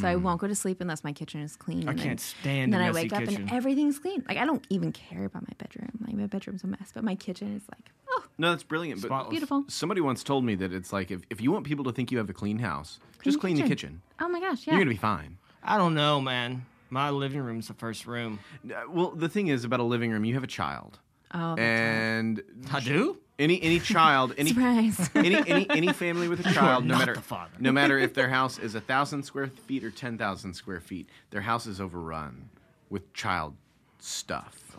Speaker 3: So I won't go to sleep unless my kitchen is clean.
Speaker 2: Mm. I
Speaker 3: and
Speaker 2: can't
Speaker 3: then,
Speaker 2: stand
Speaker 3: and
Speaker 2: the
Speaker 3: then I
Speaker 2: messy
Speaker 3: wake up
Speaker 2: kitchen.
Speaker 3: and everything's clean. Like I don't even care about my bedroom. Like my bedroom's a mess, but my kitchen is like, oh,
Speaker 1: No, that's brilliant. But
Speaker 2: Spotless.
Speaker 3: beautiful.
Speaker 1: somebody once told me that it's like if, if you want people to think you have a clean house,
Speaker 3: Clean
Speaker 1: just clean the
Speaker 3: kitchen.
Speaker 1: kitchen.
Speaker 3: Oh my gosh, yeah.
Speaker 1: You're gonna be fine.
Speaker 2: I don't know, man. My living room's the first room.
Speaker 1: Uh, Well, the thing is about a living room, you have a child,
Speaker 3: oh,
Speaker 1: and
Speaker 2: I do.
Speaker 1: any any child, any
Speaker 3: surprise.
Speaker 1: any, any any family with a child, no
Speaker 2: not
Speaker 1: matter
Speaker 2: the father.
Speaker 1: no matter if their house is a thousand square feet or ten thousand square feet, their house is overrun with child stuff,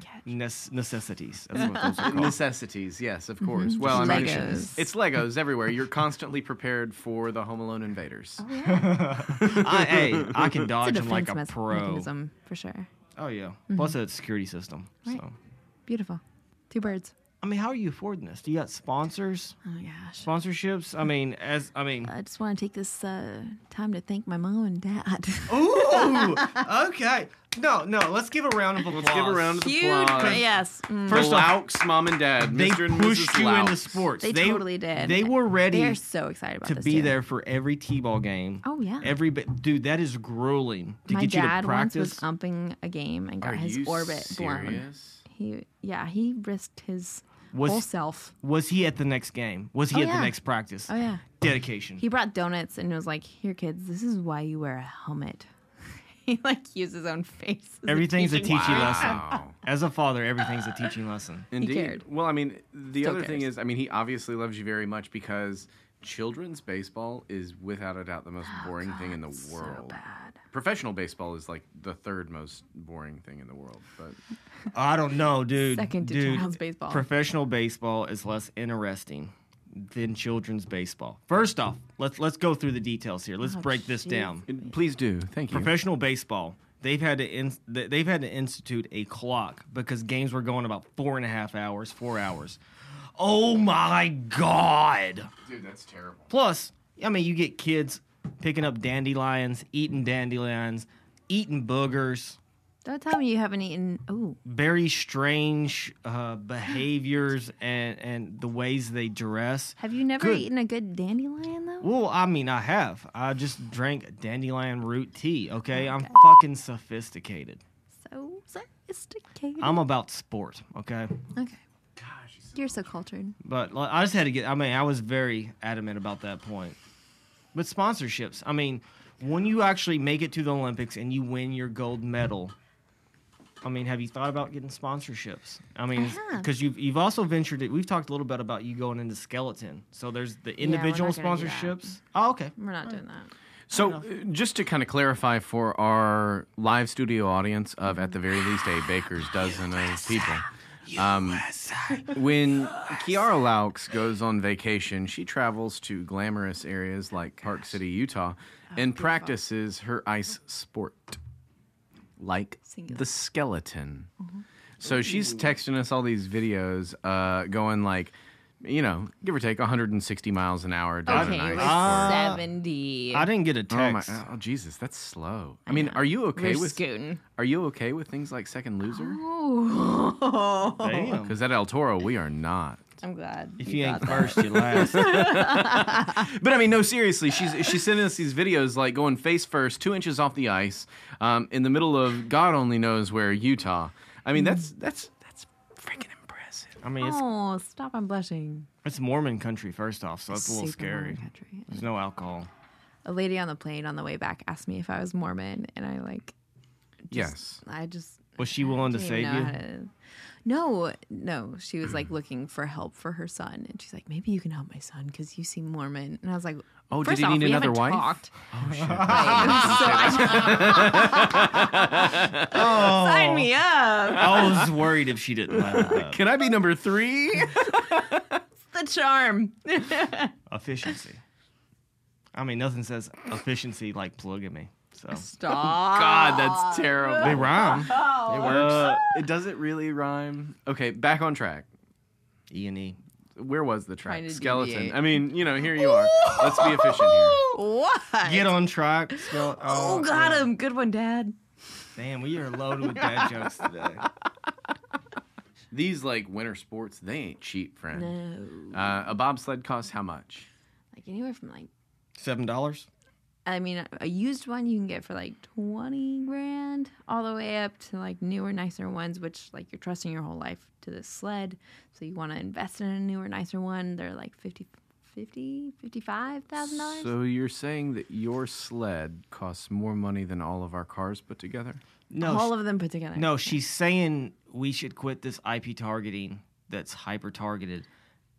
Speaker 3: catch.
Speaker 2: Nes- necessities. That's what those are called.
Speaker 1: necessities. Yes, of course. Well, I mean,
Speaker 3: Mm-hmm. Legos.
Speaker 1: it's Legos everywhere. You're constantly prepared for the Home Alone invaders.
Speaker 3: Oh.
Speaker 2: I, hey, I can
Speaker 3: It's
Speaker 2: dodge
Speaker 3: a
Speaker 2: them like
Speaker 3: defense
Speaker 2: a
Speaker 3: mes-
Speaker 2: pro.
Speaker 3: mechanism for sure.
Speaker 2: Oh yeah. Plus a security system.
Speaker 3: Right.
Speaker 2: So.
Speaker 3: Beautiful. Two birds.
Speaker 2: I mean, how are you affording this? Do you got sponsors?
Speaker 3: Oh my gosh.
Speaker 2: Sponsorships? I mean, as I mean.
Speaker 3: I just want to take this uh, time to thank my mom and dad.
Speaker 2: Oh, Ooh. Okay. No, no. Let's give a round of applause.
Speaker 1: Let's give a round of
Speaker 3: Huge,
Speaker 1: applause.
Speaker 3: but yes. Mm.
Speaker 1: First
Speaker 2: First off,
Speaker 1: Laux, mom and dad,
Speaker 2: They
Speaker 1: Mr. and
Speaker 2: pushed
Speaker 1: Mrs.
Speaker 2: you
Speaker 1: Laux.
Speaker 2: into sports.
Speaker 3: They, totally did.
Speaker 2: They were ready
Speaker 3: They're so excited about
Speaker 2: to
Speaker 3: this
Speaker 2: be
Speaker 3: too.
Speaker 2: there for every t-ball game.
Speaker 3: Oh, yeah.
Speaker 2: Every ba- dude, that is grueling to
Speaker 3: My
Speaker 2: get you
Speaker 3: dad
Speaker 2: to
Speaker 3: once
Speaker 2: practice.
Speaker 3: was umping a game and got
Speaker 1: Are
Speaker 3: his
Speaker 1: you
Speaker 3: orbit blown.
Speaker 1: serious?
Speaker 3: He, yeah, he risked his
Speaker 2: Was-
Speaker 3: whole self.
Speaker 2: Was he at the next game? Was he
Speaker 3: Oh,
Speaker 2: at
Speaker 3: yeah.
Speaker 2: the next practice?
Speaker 3: Oh yeah,
Speaker 2: Dedication.
Speaker 3: he brought donuts and was like, "Here, kids, this is why you wear a helmet." he like used his own face. as
Speaker 2: Everything's a
Speaker 3: teaching-
Speaker 2: teaching lesson.
Speaker 1: Wow.
Speaker 2: As a father, everything's a teaching
Speaker 3: Uh,
Speaker 2: lesson.
Speaker 1: Indeed.
Speaker 3: cared.
Speaker 1: Well, I mean, the
Speaker 3: Still
Speaker 1: other thing
Speaker 3: cares.
Speaker 1: is, I mean, he obviously loves you very much because children's baseball is without a doubt the most boring thing in the world.
Speaker 3: Oh, bad.
Speaker 1: Professional baseball is like the third most boring thing in the world, but
Speaker 2: I don't know, dude.
Speaker 3: Second to
Speaker 2: dude,
Speaker 3: child's baseball.
Speaker 2: Professional baseball is less interesting than children's baseball. First off, let's let's go through the details here. Let's break this
Speaker 3: Oh, jeez.
Speaker 2: down.
Speaker 1: please do. Thank you.
Speaker 2: Professional baseball, they've had to in, th- they've had to institute a clock because games were going about four and a half hours, four hours. Oh my god!
Speaker 1: Dude, that's terrible.
Speaker 2: Plus, I mean, you get kids picking up dandelions, eating dandelions, eating boogers.
Speaker 3: Don't tell me you haven't eaten. Oh,
Speaker 2: very strange uh, behaviors and, and the ways they dress.
Speaker 3: have you never
Speaker 2: Good.
Speaker 3: eaten a good dandelion though?
Speaker 2: Well, I mean, I have. I just drank dandelion root tea, okay?
Speaker 3: Oh,
Speaker 2: I'm fucking sophisticated.
Speaker 3: So sophisticated.
Speaker 2: I'm about sport, okay?
Speaker 3: okay, you're so cultured.
Speaker 2: But like, I just had to get, I mean, I was very adamant about that point. But sponsorships, I mean, when you actually make it to the Olympics and you win your gold medal, I mean, have you thought about getting sponsorships? I mean,
Speaker 3: have.
Speaker 2: because you've you've also ventured it. We've talked a little bit about you going into skeleton. So there's the
Speaker 3: we're
Speaker 2: individual
Speaker 3: not gonna do that.
Speaker 2: sponsorships. Oh, okay.
Speaker 3: We're not doing that.
Speaker 1: So, uh, just to kind of clarify for our live studio audience of, at the very least, a baker's dozen of people, um, when Kiara Laux goes on vacation, she travels to glamorous areas like Park City, Utah, and practices her ice sport, like
Speaker 3: Singular. Mm-hmm.
Speaker 1: the skeleton. So she's texting us all these videos, uh, going like, you know, give or take 160 miles an hour down
Speaker 3: Okay,
Speaker 1: an ice
Speaker 3: we're
Speaker 2: Ah.
Speaker 3: seventy.
Speaker 2: I didn't get a
Speaker 1: Oh my!
Speaker 2: text.
Speaker 1: Oh Jesus, that's slow. I, mean, are you okay
Speaker 3: we're
Speaker 1: with
Speaker 3: scooting.
Speaker 1: Are you okay with things like Second Loser?
Speaker 3: Oh,
Speaker 2: Damn.
Speaker 1: Because at El Toro, we are not.
Speaker 3: I'm glad.
Speaker 2: If you
Speaker 3: got
Speaker 2: ain't
Speaker 3: that.
Speaker 2: first, you last.
Speaker 1: But I mean, no, seriously, she's she's sending us these videos like going face first, two inches off the ice, um, in the middle of God only knows where Utah. I mean, that's that's that's freaking impressive.
Speaker 2: I mean, it's,
Speaker 3: Oh, stop! I'm blushing.
Speaker 2: it's Mormon country, first off, so that's a little
Speaker 3: Super Mormon
Speaker 2: scary.
Speaker 3: country.
Speaker 2: There's no alcohol.
Speaker 3: A lady on the plane on the way back asked me if I was Mormon, and I like,
Speaker 1: yes.
Speaker 3: I just
Speaker 2: Was she willing to
Speaker 3: didn't even
Speaker 2: save
Speaker 3: know
Speaker 2: you?
Speaker 3: how to- No, no. She was like looking for help for her son, and she's like, "Maybe you can help my son because you seem Mormon." And I was like,
Speaker 1: Oh, did
Speaker 3: first
Speaker 1: he
Speaker 3: off,
Speaker 1: need
Speaker 3: we
Speaker 1: another
Speaker 3: haven't
Speaker 1: wife?"
Speaker 3: Talked.
Speaker 1: Oh shit.
Speaker 3: Sign
Speaker 2: Oh.
Speaker 3: me up.
Speaker 2: I was worried if she didn't laugh. though.
Speaker 1: Can I be number three?
Speaker 3: The charm.
Speaker 2: Efficiency. I mean, nothing says efficiency like polygamy. So
Speaker 3: Stop.
Speaker 1: God, that's terrible.
Speaker 2: they rhyme. It
Speaker 3: Oh.
Speaker 2: works.
Speaker 1: Uh, it doesn't really rhyme. Okay, back on track.
Speaker 2: E and E.
Speaker 1: Where was the track?
Speaker 3: Trying to
Speaker 1: Skeleton.
Speaker 3: deviate.
Speaker 1: I mean, you know, here you are. Let's be efficient here.
Speaker 3: What?
Speaker 2: Get on track. Spell it.
Speaker 3: Oh, got him. Good one, Dad.
Speaker 2: Damn, we are loaded with dad jokes today.
Speaker 1: These like winter sports, they ain't cheap, friend.
Speaker 3: No,
Speaker 1: Uh, a bobsled costs how much?
Speaker 3: like anywhere from like.
Speaker 2: Seven dollars.
Speaker 3: I mean, a used one you can get for like 20 grand, all the way up to like newer, nicer ones, which like you're trusting your whole life to this sled. So you want to invest in a newer, nicer one. They're like 50, 50, 55,000 dollars.
Speaker 1: So you're saying that your sled costs more money than all of our cars put together?
Speaker 2: No,
Speaker 3: All of them put together.
Speaker 2: No, she's saying we should quit this IP targeting that's hyper targeted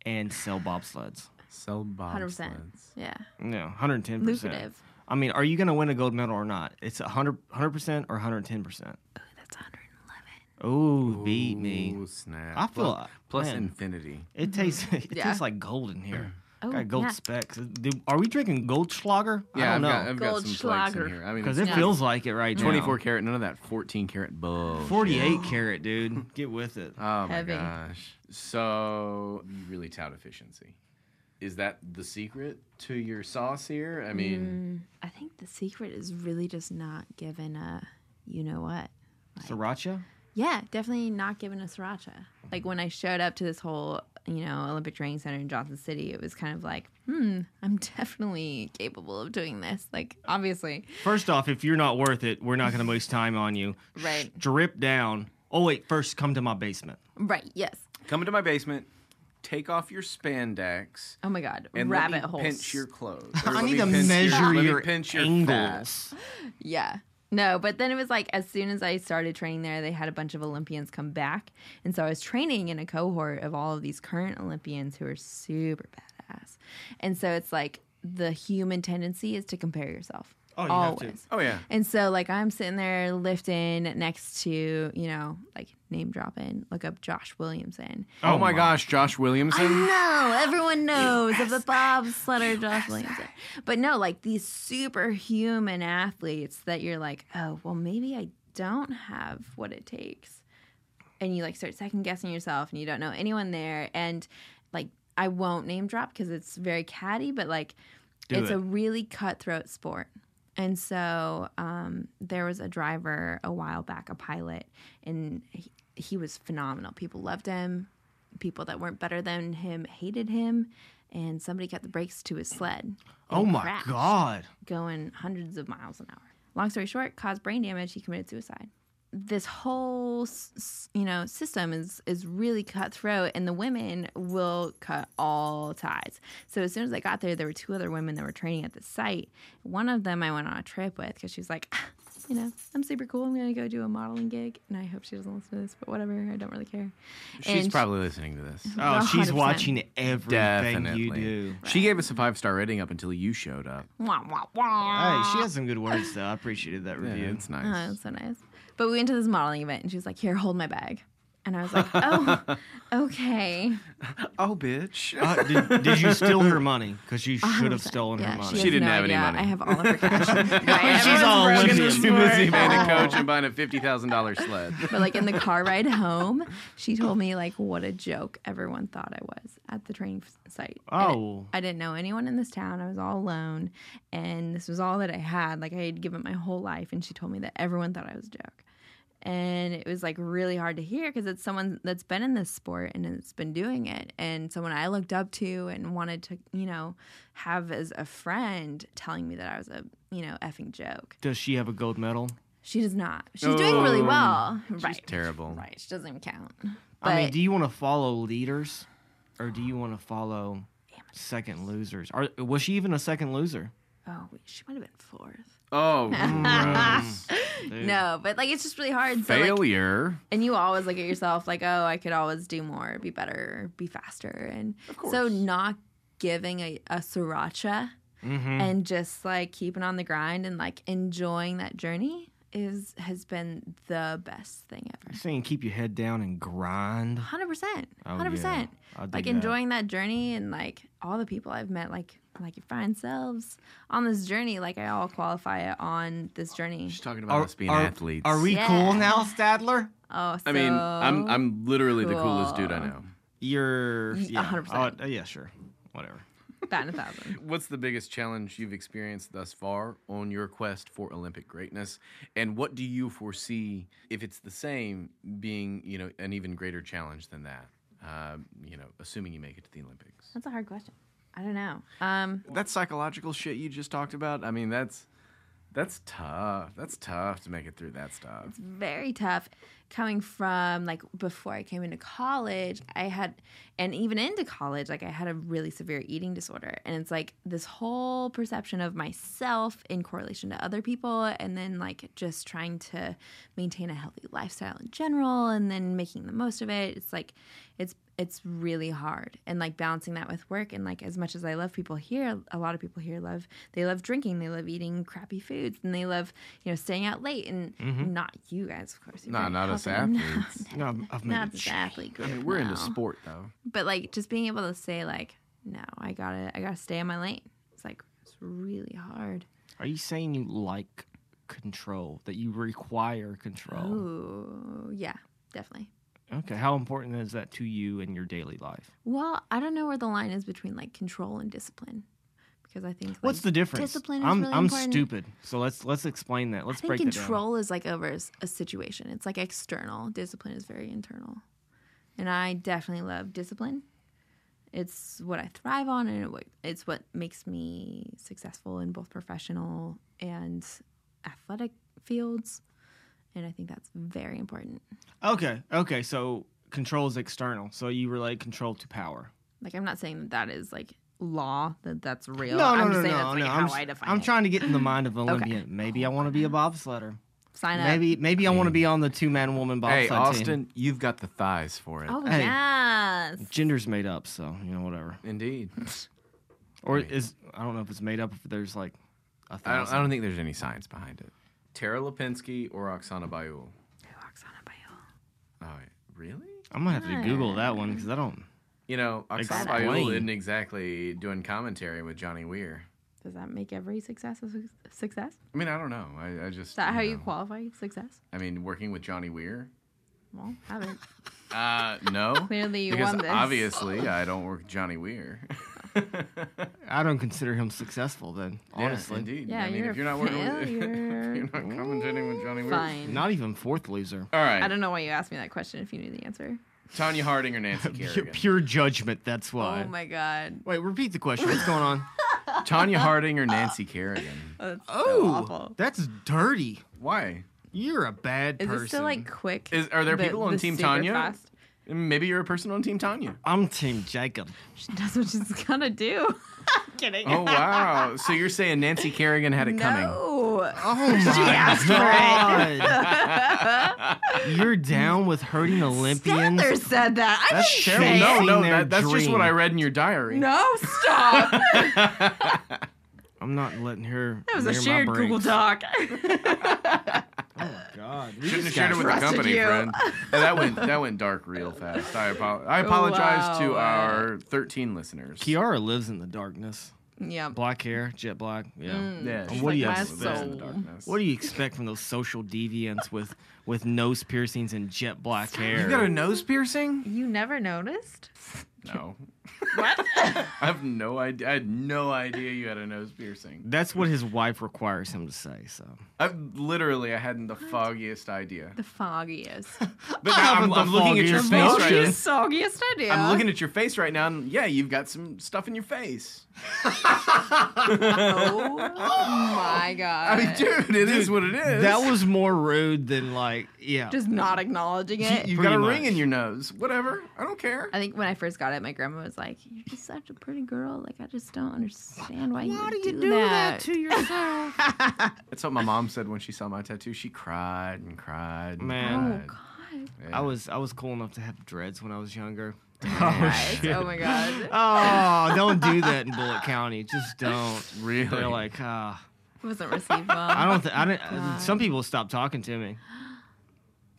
Speaker 2: and sell bobsleds.
Speaker 1: Sell
Speaker 3: 100%.
Speaker 1: bobsleds.
Speaker 3: Yeah.
Speaker 2: No, 110%.
Speaker 3: Lucrative.
Speaker 2: I mean, are you going to win a gold medal or not? It's 100, 100% or 110%.
Speaker 3: Ooh, that's 111.
Speaker 2: Oh, beat me.
Speaker 1: Oh snap!
Speaker 2: I feel
Speaker 1: plus,
Speaker 2: like-
Speaker 1: plus
Speaker 2: man.
Speaker 1: infinity.
Speaker 2: It tastes it
Speaker 3: Yeah.
Speaker 2: tastes like gold in here.
Speaker 3: Oh,
Speaker 2: Got gold
Speaker 3: yeah.
Speaker 2: specks. Do- Are we drinking gold schlager? I
Speaker 1: Yeah,
Speaker 2: don't
Speaker 1: I've, Got,
Speaker 2: know.
Speaker 1: I've got some flakes
Speaker 3: Goldschlager.
Speaker 1: in here. I mean,
Speaker 2: Because
Speaker 1: it's
Speaker 2: it
Speaker 3: Yeah.
Speaker 2: feels like it right now.
Speaker 1: 24 karat, none of that 14 karat bull.
Speaker 2: 48 carat, dude. Get with it.
Speaker 1: Oh
Speaker 3: Heavy.
Speaker 1: my gosh. So you really tout efficiency. Is that the secret to your sauce here? I mean,
Speaker 3: I think the secret is really just not giving a you know what.
Speaker 2: Sriracha?
Speaker 3: Yeah, definitely not giving a sriracha. Like when I showed up to this whole, you know, Olympic Training Center in Johnson City, it was kind of like, hmm, I'm definitely capable of doing this. Like, obviously.
Speaker 2: First off, if you're not worth it, we're not going to waste time on you.
Speaker 3: Right.
Speaker 2: Drip down. Oh wait, first come to my basement.
Speaker 3: Right, yes.
Speaker 1: come into my basement, take off your spandex,
Speaker 3: Oh my God.
Speaker 1: and
Speaker 3: Rabbit
Speaker 1: let me
Speaker 3: holes.
Speaker 1: pinch your clothes.
Speaker 2: I need to measure
Speaker 1: let me
Speaker 2: your
Speaker 1: pinch your fat.
Speaker 2: angles.
Speaker 3: Yeah. No, but then it was like as soon as I started training there, they had a bunch of Olympians come back. And so I was training in a cohort of all of these current Olympians who are super badass. And so it's like the human tendency is to compare yourself.
Speaker 2: Oh, you have
Speaker 3: Always.
Speaker 2: to.
Speaker 1: Oh yeah.
Speaker 3: And so, like, I'm sitting there lifting next to, you know, like name dropping, look up Josh Williamson.
Speaker 1: Oh, my, gosh, Josh
Speaker 3: I
Speaker 1: Williamson.
Speaker 3: know everyone knows of the bobsledder Josh Williamson, but no, like these superhuman athletes that you're like, oh, well, maybe I don't have what it takes, and you like start second guessing yourself, and you don't know anyone there, and like I won't name drop because it's very catty, but like
Speaker 2: Do
Speaker 3: it's
Speaker 2: it.
Speaker 3: a really cutthroat sport. And so um, there was a driver a while back, a pilot, and he, he was phenomenal. People loved him. People that weren't better than him hated him. And somebody cut the brakes to his sled. and
Speaker 2: Oh
Speaker 3: he
Speaker 2: my
Speaker 3: crashed,
Speaker 2: god.
Speaker 3: Going hundreds of miles an hour. Long story short, caused brain damage. He committed suicide. This whole, s- s- you know, system is is really cutthroat, and the women will cut all ties. So as soon as I got there, there were two other women that were training at the site. One of them I went on a trip with because she was like, "Ah, you know, I'm super cool. I'm gonna go do a modeling gig, and I hope she doesn't listen to this, but whatever. I don't really care.
Speaker 1: She's
Speaker 3: And-
Speaker 1: probably listening to this.
Speaker 2: Oh,
Speaker 3: A
Speaker 2: she's
Speaker 3: hundred
Speaker 2: watching everything
Speaker 1: Definitely.
Speaker 2: you do.
Speaker 1: She gave us a five star rating up until you showed up.
Speaker 3: Wah, wah, wah.
Speaker 2: Hey, she has some good words though. I appreciated that
Speaker 1: Yeah,
Speaker 2: review.
Speaker 3: Uh,
Speaker 1: it's nice.
Speaker 3: Oh, that's so nice. But we went to this modeling event, and she was like, "Here, hold my bag." And I was like, oh, okay.
Speaker 1: Oh, bitch.
Speaker 2: Uh, did, did you steal her money? Because you should have
Speaker 3: 100%.
Speaker 2: stolen
Speaker 3: Yeah,
Speaker 2: her money.
Speaker 1: She
Speaker 3: has
Speaker 1: didn't have any money.
Speaker 3: I have all of her cash. Right,
Speaker 2: She's all
Speaker 3: everyone's broke
Speaker 2: She's
Speaker 3: in this
Speaker 1: too busy
Speaker 3: world.
Speaker 1: being a coach and buying a fifty thousand dollar sled.
Speaker 3: But like in the car ride home, she told me like what a joke everyone thought I was at the training f- site. And
Speaker 2: Oh.
Speaker 3: I didn't know anyone in this town. I was all alone, and this was all that I had. Like I had given my whole life, and she told me that everyone thought I was a joke. And it was like really hard to hear because it's someone that's been in this sport and it's been doing it, and someone I looked up to and wanted to, you know, have as a friend telling me that I was a, you know, effing joke.
Speaker 2: Does she have a gold medal?
Speaker 3: She does not. She's doing really well.
Speaker 1: She's
Speaker 3: right.
Speaker 1: terrible.
Speaker 3: Right, she doesn't even count.
Speaker 2: Oh, I mean,
Speaker 3: But-
Speaker 2: do you want to follow leaders, or do you want to follow second losers? Are, was she even a second loser?
Speaker 3: Oh, wait, she might have been fourth.
Speaker 1: Oh, gross.
Speaker 2: Dude.
Speaker 3: No, but like it's just really hard. So, like,
Speaker 1: failure.
Speaker 3: and you always look at yourself like, oh, I could always do more, be better, be faster, and so not giving a, a sriracha
Speaker 2: Mm-hmm.
Speaker 3: and just like keeping on the grind and like enjoying that journey is has been the best thing ever.
Speaker 2: Saying keep your head down and grind.
Speaker 3: Hundred percent,
Speaker 2: Oh,
Speaker 3: hundred percent.
Speaker 2: yeah. I do
Speaker 3: Like
Speaker 2: that.
Speaker 3: enjoying that journey and like all the people I've met, like like your fine selves on this journey. Like I all qualify on this journey.
Speaker 1: She's talking about us being athletes.
Speaker 2: Are we
Speaker 3: Yeah.
Speaker 2: cool now, Stadler?
Speaker 3: Oh,
Speaker 1: I mean, I'm
Speaker 3: so-
Speaker 1: I'm literally the coolest dude I
Speaker 3: cool.
Speaker 1: know.
Speaker 2: You're
Speaker 3: Y- a
Speaker 2: yeah.
Speaker 3: hundred
Speaker 2: Oh,
Speaker 3: percent.
Speaker 2: uh, yeah, sure. Whatever.
Speaker 3: Batting a thousand.
Speaker 1: What's the biggest challenge you've experienced thus far on your quest for Olympic greatness? And what do you foresee, if it's the same, being you know an even greater challenge than that? Um, you know, assuming you make it to the Olympics.
Speaker 3: That's a hard question. I don't know. Um,
Speaker 1: That psychological shit you just talked about. I mean, that's that's tough. That's tough to make it through that stuff.
Speaker 3: very tough coming from like before I came into college. I had, and even into college, like I had a really severe eating disorder. And it's like this whole perception of myself in correlation to other people, and then like just trying to maintain a healthy lifestyle in general, and then making the most of it. It's like, it's it's really hard and like balancing that with work and like as much as i love people here a lot of people here love they love drinking they love eating crappy foods and they love you know staying out late and not you guys of course you're
Speaker 1: Mm-hmm. No,
Speaker 3: very
Speaker 1: not us
Speaker 3: healthy.
Speaker 1: athletes.
Speaker 2: No, I've- I've
Speaker 3: no,
Speaker 2: made
Speaker 3: not
Speaker 2: it.
Speaker 3: this athlete group
Speaker 1: I mean, we're into
Speaker 3: no.
Speaker 1: sport though.
Speaker 3: but like just being able to say like no i gotta i gotta stay in my lane it's like it's really hard
Speaker 2: Are you saying you like control? That you require control?
Speaker 3: Ooh, yeah definitely
Speaker 2: Okay. How important is that to you in your daily life?
Speaker 3: well i don't know where the line is between like control and discipline because i think like,
Speaker 2: What's the difference?
Speaker 3: discipline is
Speaker 2: I'm
Speaker 3: really
Speaker 2: I'm
Speaker 3: important.
Speaker 2: stupid. So let's let's explain that. Let's
Speaker 3: I think
Speaker 2: break
Speaker 3: control is like over s- a situation. It's like external. Discipline is very internal. And I definitely love discipline. It's what I thrive on, and it wa- it's what makes me successful in both professional and athletic fields. And I think that's very important.
Speaker 2: that down. Okay. Okay. So control is external. So you relate control to power.
Speaker 3: Like, I'm not saying that that is like law, that that's real.
Speaker 2: No, no,
Speaker 3: I'm
Speaker 2: no,
Speaker 3: just saying
Speaker 2: no,
Speaker 3: that's like
Speaker 2: no.
Speaker 3: how
Speaker 2: I'm,
Speaker 3: i
Speaker 2: just-
Speaker 3: define
Speaker 2: I'm
Speaker 3: it.
Speaker 2: trying to get in the mind of an Olympian. Maybe I want to be a bobsledder.
Speaker 3: Sign up.
Speaker 2: Maybe maybe I want to be on the two man woman bobsled
Speaker 1: Hey,
Speaker 2: team.
Speaker 1: Austin, you've got the thighs for it.
Speaker 3: Oh,
Speaker 2: Hey.
Speaker 3: yes.
Speaker 2: Gender's made up, so you know whatever.
Speaker 1: Indeed.
Speaker 2: Or is I don't know if it's made up. If there's like a
Speaker 1: I don't,
Speaker 2: thousand.
Speaker 1: I don't think there's any science behind it. Tara Lipinski or Oksana Bayul?
Speaker 3: Who walks on a bio?
Speaker 1: Oh, really?
Speaker 2: I'm gonna have to Google that one because I don't.
Speaker 1: You know, Oksana
Speaker 2: Explain.
Speaker 1: Bayul isn't exactly doing commentary with Johnny Weir.
Speaker 3: Does that make every success a su- success?
Speaker 1: I mean, I don't know. I, I just.
Speaker 3: Is that how you
Speaker 1: know.
Speaker 3: qualify success?
Speaker 1: I mean, working with Johnny Weir?
Speaker 3: Well, haven't.
Speaker 1: Uh, no.
Speaker 3: Clearly you
Speaker 1: because
Speaker 3: won this.
Speaker 1: obviously I don't work with Johnny Weir.
Speaker 2: I don't consider him successful then.
Speaker 1: Yeah,
Speaker 2: Honestly,
Speaker 1: indeed.
Speaker 3: Yeah,
Speaker 1: I mean,
Speaker 3: you're
Speaker 1: if
Speaker 3: a
Speaker 1: you're not working with,
Speaker 3: failure.
Speaker 1: if you're not commentating with Johnny Weir.
Speaker 3: Fine.
Speaker 2: not even fourth loser.
Speaker 1: All
Speaker 3: I
Speaker 1: right,
Speaker 3: don't know why you asked me that question if you knew the answer.
Speaker 1: Tanya Harding or Nancy
Speaker 2: Pure,
Speaker 1: Kerrigan?
Speaker 2: pure judgment. That's why.
Speaker 3: Oh my god.
Speaker 2: Wait, repeat the question. What's going on?
Speaker 1: Tanya Harding or Nancy Kerrigan?
Speaker 3: Oh, that's so
Speaker 2: Oh,
Speaker 3: awful.
Speaker 2: that's dirty.
Speaker 1: Why?
Speaker 2: You're a bad
Speaker 3: Is
Speaker 2: person.
Speaker 3: it still like quick?
Speaker 1: Is- are there
Speaker 3: but
Speaker 1: people on
Speaker 3: the
Speaker 1: Team
Speaker 3: super
Speaker 1: Tanya?
Speaker 3: Fast?
Speaker 1: Maybe you're a person on Team Tanya.
Speaker 2: I'm Team Jacob.
Speaker 3: She does what she's gonna do. Kidding.
Speaker 1: Oh wow! so you're saying Nancy Kerrigan had it coming?
Speaker 3: no.
Speaker 2: Oh my god! You're down with hurting Olympians.
Speaker 3: Stadler said that. I
Speaker 2: That's
Speaker 3: didn't
Speaker 2: terrible.
Speaker 3: say
Speaker 1: No,
Speaker 2: Saying
Speaker 3: it.
Speaker 1: no,
Speaker 2: their
Speaker 1: that, that's just what
Speaker 2: dream.
Speaker 1: I read in your diary.
Speaker 3: No, stop. that
Speaker 2: I'm not letting her.
Speaker 3: was a
Speaker 2: near my
Speaker 3: shared Google
Speaker 2: breaks.
Speaker 3: Doc.
Speaker 2: Oh, God. We
Speaker 1: Shouldn't have
Speaker 2: just
Speaker 1: shared it
Speaker 2: got
Speaker 1: with the
Speaker 3: trusted
Speaker 1: company,
Speaker 3: you.
Speaker 1: friend. And that went that went dark real fast. I, apo- I apologize to
Speaker 3: Oh, Wow.
Speaker 1: our 13 listeners.
Speaker 2: Kiara lives in the darkness.
Speaker 3: Yeah.
Speaker 2: Black hair, jet black. Yeah.
Speaker 3: Mm.
Speaker 1: Yeah,
Speaker 2: What do you
Speaker 1: like my
Speaker 2: expect?
Speaker 1: soul. in the darkness.
Speaker 2: What do you expect from those social deviants with with nose piercings and jet black hair?
Speaker 1: You got a nose piercing?
Speaker 3: You never noticed?
Speaker 1: No.
Speaker 3: What?
Speaker 1: I have no idea. I had no idea you had a nose piercing.
Speaker 2: That's what his wife requires him to say. So
Speaker 1: I've literally, I hadn't the foggiest idea.
Speaker 3: the foggiest.
Speaker 1: But now I'm,
Speaker 2: the
Speaker 1: I'm looking at your
Speaker 2: foggiest
Speaker 1: face
Speaker 2: notion.
Speaker 1: right now.
Speaker 3: soggiest idea.
Speaker 1: I'm looking at your face right now, and yeah, you've got some stuff in your face.
Speaker 3: Oh my god.
Speaker 1: I mean, dude, it is what it is.
Speaker 2: that was more rude than like yeah.
Speaker 3: Just not acknowledging it.
Speaker 1: you got a
Speaker 2: pretty
Speaker 1: ring
Speaker 2: much.
Speaker 1: in your nose. Whatever. I don't care.
Speaker 3: I think when I first got it, my grandma was like, "You're just such a pretty girl. Like I just don't understand why, you, do that."
Speaker 2: yourself?
Speaker 1: That's what my mom said when she saw my tattoo. She cried and cried. And
Speaker 2: Man.
Speaker 1: cried.
Speaker 3: Oh, God.
Speaker 1: Yeah.
Speaker 2: I was I was cool enough to have dreads when I was younger.
Speaker 3: Guys, oh my god.
Speaker 2: Oh, don't do that in Bullitt County. Just don't.
Speaker 1: really.
Speaker 2: They're like, ah,
Speaker 3: wasn't received well.
Speaker 2: I don't. Th- I didn't. some people stopped talking to me.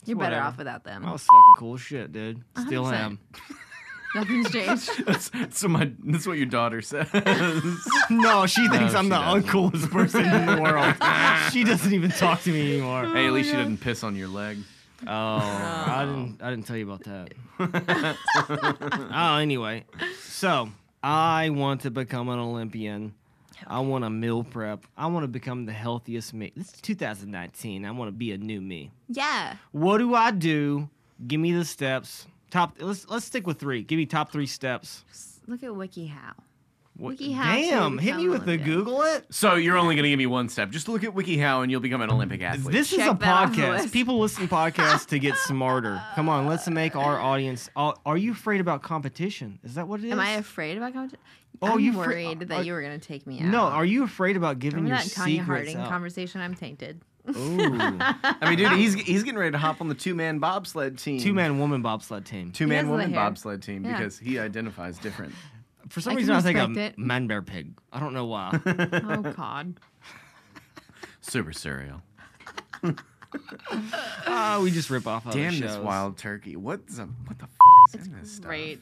Speaker 3: You're better
Speaker 2: whatever.
Speaker 3: off without them.
Speaker 2: I was fucking cool as shit, dude. Still
Speaker 3: 100%.
Speaker 2: am.
Speaker 3: Nothing's changed.
Speaker 1: that's, so my, that's what your daughter says.
Speaker 2: No,
Speaker 1: No, she
Speaker 2: she thinks I'm the
Speaker 1: doesn't.
Speaker 2: uncoolest person in the world. she doesn't even talk to me anymore.
Speaker 1: hey, at least she didn't piss on your leg.
Speaker 2: Oh, I didn't. I didn't tell you about that. Oh, anyway, so I want to become an Olympian. I want to meal prep. I want to become the healthiest me. This is 2019. I want to be a new me.
Speaker 3: Yeah.
Speaker 2: What do I do? Give me the steps. Top. Let's let's stick with three. Give me top three steps.
Speaker 3: Look at WikiHow.
Speaker 2: What,
Speaker 3: Wiki how to
Speaker 2: damn! Hit
Speaker 3: become
Speaker 2: me with the
Speaker 3: Olympian.
Speaker 2: Google it.
Speaker 1: So you're only going to give me one step. Just look at WikiHow and you'll become an Olympic athlete.
Speaker 2: This is
Speaker 3: Check
Speaker 2: a
Speaker 3: that off the list.
Speaker 2: podcast. People listen to podcasts to get smarter. Come on, let's make our audience. Are are you afraid about competition? Is that what it is?
Speaker 3: Am I afraid about competition?
Speaker 2: Oh,
Speaker 3: I'm
Speaker 2: you fr-
Speaker 3: worried that
Speaker 2: are-
Speaker 3: you were gonna take me out.
Speaker 2: no, are you afraid about giving
Speaker 3: remember
Speaker 2: your
Speaker 3: that Tanya
Speaker 2: secrets
Speaker 3: Harding
Speaker 2: out?
Speaker 3: conversation? I'm tainted.
Speaker 2: Ooh.
Speaker 1: I mean, dude, he's he's getting ready to hop on the two man bobsled team.
Speaker 2: Two man woman bobsled team.
Speaker 1: Two
Speaker 3: He has
Speaker 1: man
Speaker 3: the
Speaker 1: woman
Speaker 3: hair.
Speaker 1: bobsled team
Speaker 3: Yeah.
Speaker 1: because he identifies different.
Speaker 2: For some
Speaker 3: I can
Speaker 2: reason, I think I'm
Speaker 3: respect it.
Speaker 2: man bear pig. I don't know why.
Speaker 3: Oh God.
Speaker 1: Super cereal.
Speaker 2: Ah, we just rip off. other
Speaker 1: Damn this
Speaker 2: shows.
Speaker 1: wild turkey. What's a, what the f is in this stuff?
Speaker 3: Great.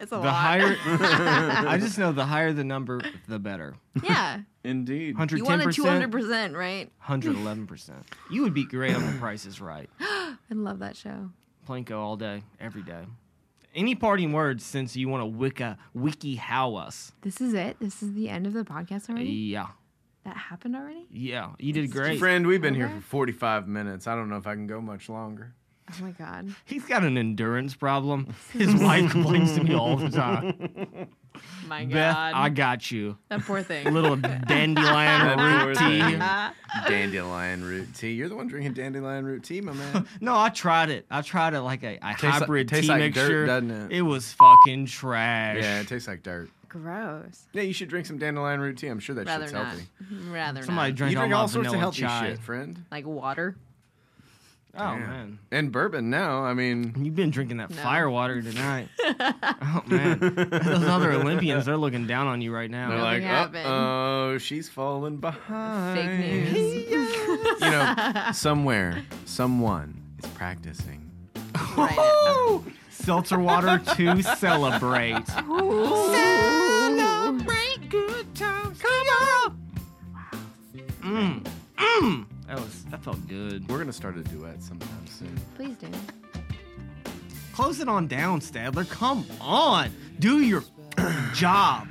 Speaker 3: It's a
Speaker 2: The
Speaker 3: lot.
Speaker 2: higher, I just know the higher the number, the better.
Speaker 3: yeah.
Speaker 1: Indeed.
Speaker 2: Hundred
Speaker 3: You wanted
Speaker 2: ten
Speaker 3: two hundred
Speaker 2: percent,
Speaker 3: percent, right?
Speaker 2: hundred eleven percent. You would be great on The Price Is Right.
Speaker 3: I love that show.
Speaker 2: Planko all day, every day. Any parting words since you want to wicca wiki how us?
Speaker 3: This is it. This is the end of the podcast already.
Speaker 2: Yeah,
Speaker 3: That happened already.
Speaker 2: yeah, you did great.
Speaker 1: Friend, we've been here for 45 minutes. I don't know if I can go much longer.
Speaker 3: Oh my God.
Speaker 2: He's got an endurance problem. His wife complains to me all the time.
Speaker 3: My
Speaker 2: Beth, I got you.
Speaker 3: that poor thing.
Speaker 2: Little dandelion
Speaker 1: That
Speaker 2: root
Speaker 1: poor
Speaker 2: tea.
Speaker 1: thing. Dandelion root tea. You're the one drinking dandelion root tea, my man.
Speaker 2: No, I tried it. I tried it like a, a
Speaker 1: like-
Speaker 2: hybrid
Speaker 1: tastes
Speaker 2: tea
Speaker 1: like dirt,
Speaker 2: mixture.
Speaker 1: doesn't it?
Speaker 2: was fucking trash.
Speaker 1: yeah, it tastes like dirt.
Speaker 3: Gross.
Speaker 1: Yeah, you should drink some dandelion root tea. I'm sure that
Speaker 3: Rather
Speaker 1: shit's
Speaker 3: not.
Speaker 1: healthy.
Speaker 3: Rather
Speaker 2: Somebody
Speaker 3: not.
Speaker 2: drank
Speaker 1: you drink
Speaker 2: all, my
Speaker 1: all sorts of
Speaker 2: vanilla
Speaker 1: healthy
Speaker 2: chai.
Speaker 1: shit, friend.
Speaker 3: like water.
Speaker 2: Oh
Speaker 1: Yeah.
Speaker 2: man.
Speaker 1: And bourbon now. I mean,
Speaker 2: You've been drinking that
Speaker 3: No.
Speaker 2: fire water tonight. oh man, those other Olympians, they're looking down on you right
Speaker 1: they're
Speaker 2: now.
Speaker 1: like,
Speaker 3: Nothing happened.
Speaker 1: oh, she's falling behind.
Speaker 3: Fake news.
Speaker 1: you know, somewhere, someone is practicing.
Speaker 3: right.
Speaker 2: Woo! Seltzer water to celebrate. celebrate good times. Come on. Mmm. Mmm. That was that felt good.
Speaker 1: We're going to start a duet sometime soon.
Speaker 3: Please do.
Speaker 2: Close it on down, Stadler. Come on. Do your job.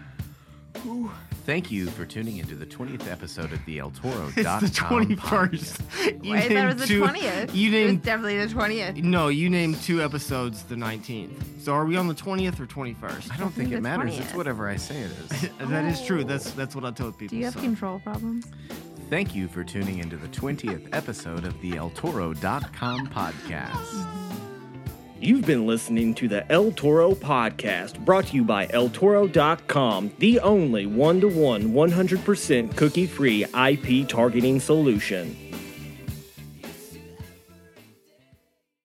Speaker 1: Thank you for tuning into the 20th episode of the El Toro.
Speaker 2: It's the twenty first.
Speaker 3: Wait, that was the twentieth.
Speaker 2: You
Speaker 3: It was
Speaker 2: didn't
Speaker 3: definitely the twentieth.
Speaker 2: No, you named two episodes the 19th. So are we on the 20th or 21st?
Speaker 1: I don't think it
Speaker 3: The
Speaker 1: matters. It's
Speaker 3: 20th.
Speaker 1: whatever I say it is.
Speaker 2: That is true. That's that's what I told people.
Speaker 3: Do you have
Speaker 2: so.
Speaker 3: control problems?
Speaker 1: Thank you for tuning into the 20th episode of the ElToro.com podcast.
Speaker 4: You've been listening to the El Toro podcast, brought to you by ElToro.com, the only one to one 100% cookie free IP targeting solution.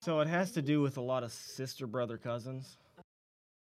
Speaker 2: so it has to do with a lot of sister brother cousins.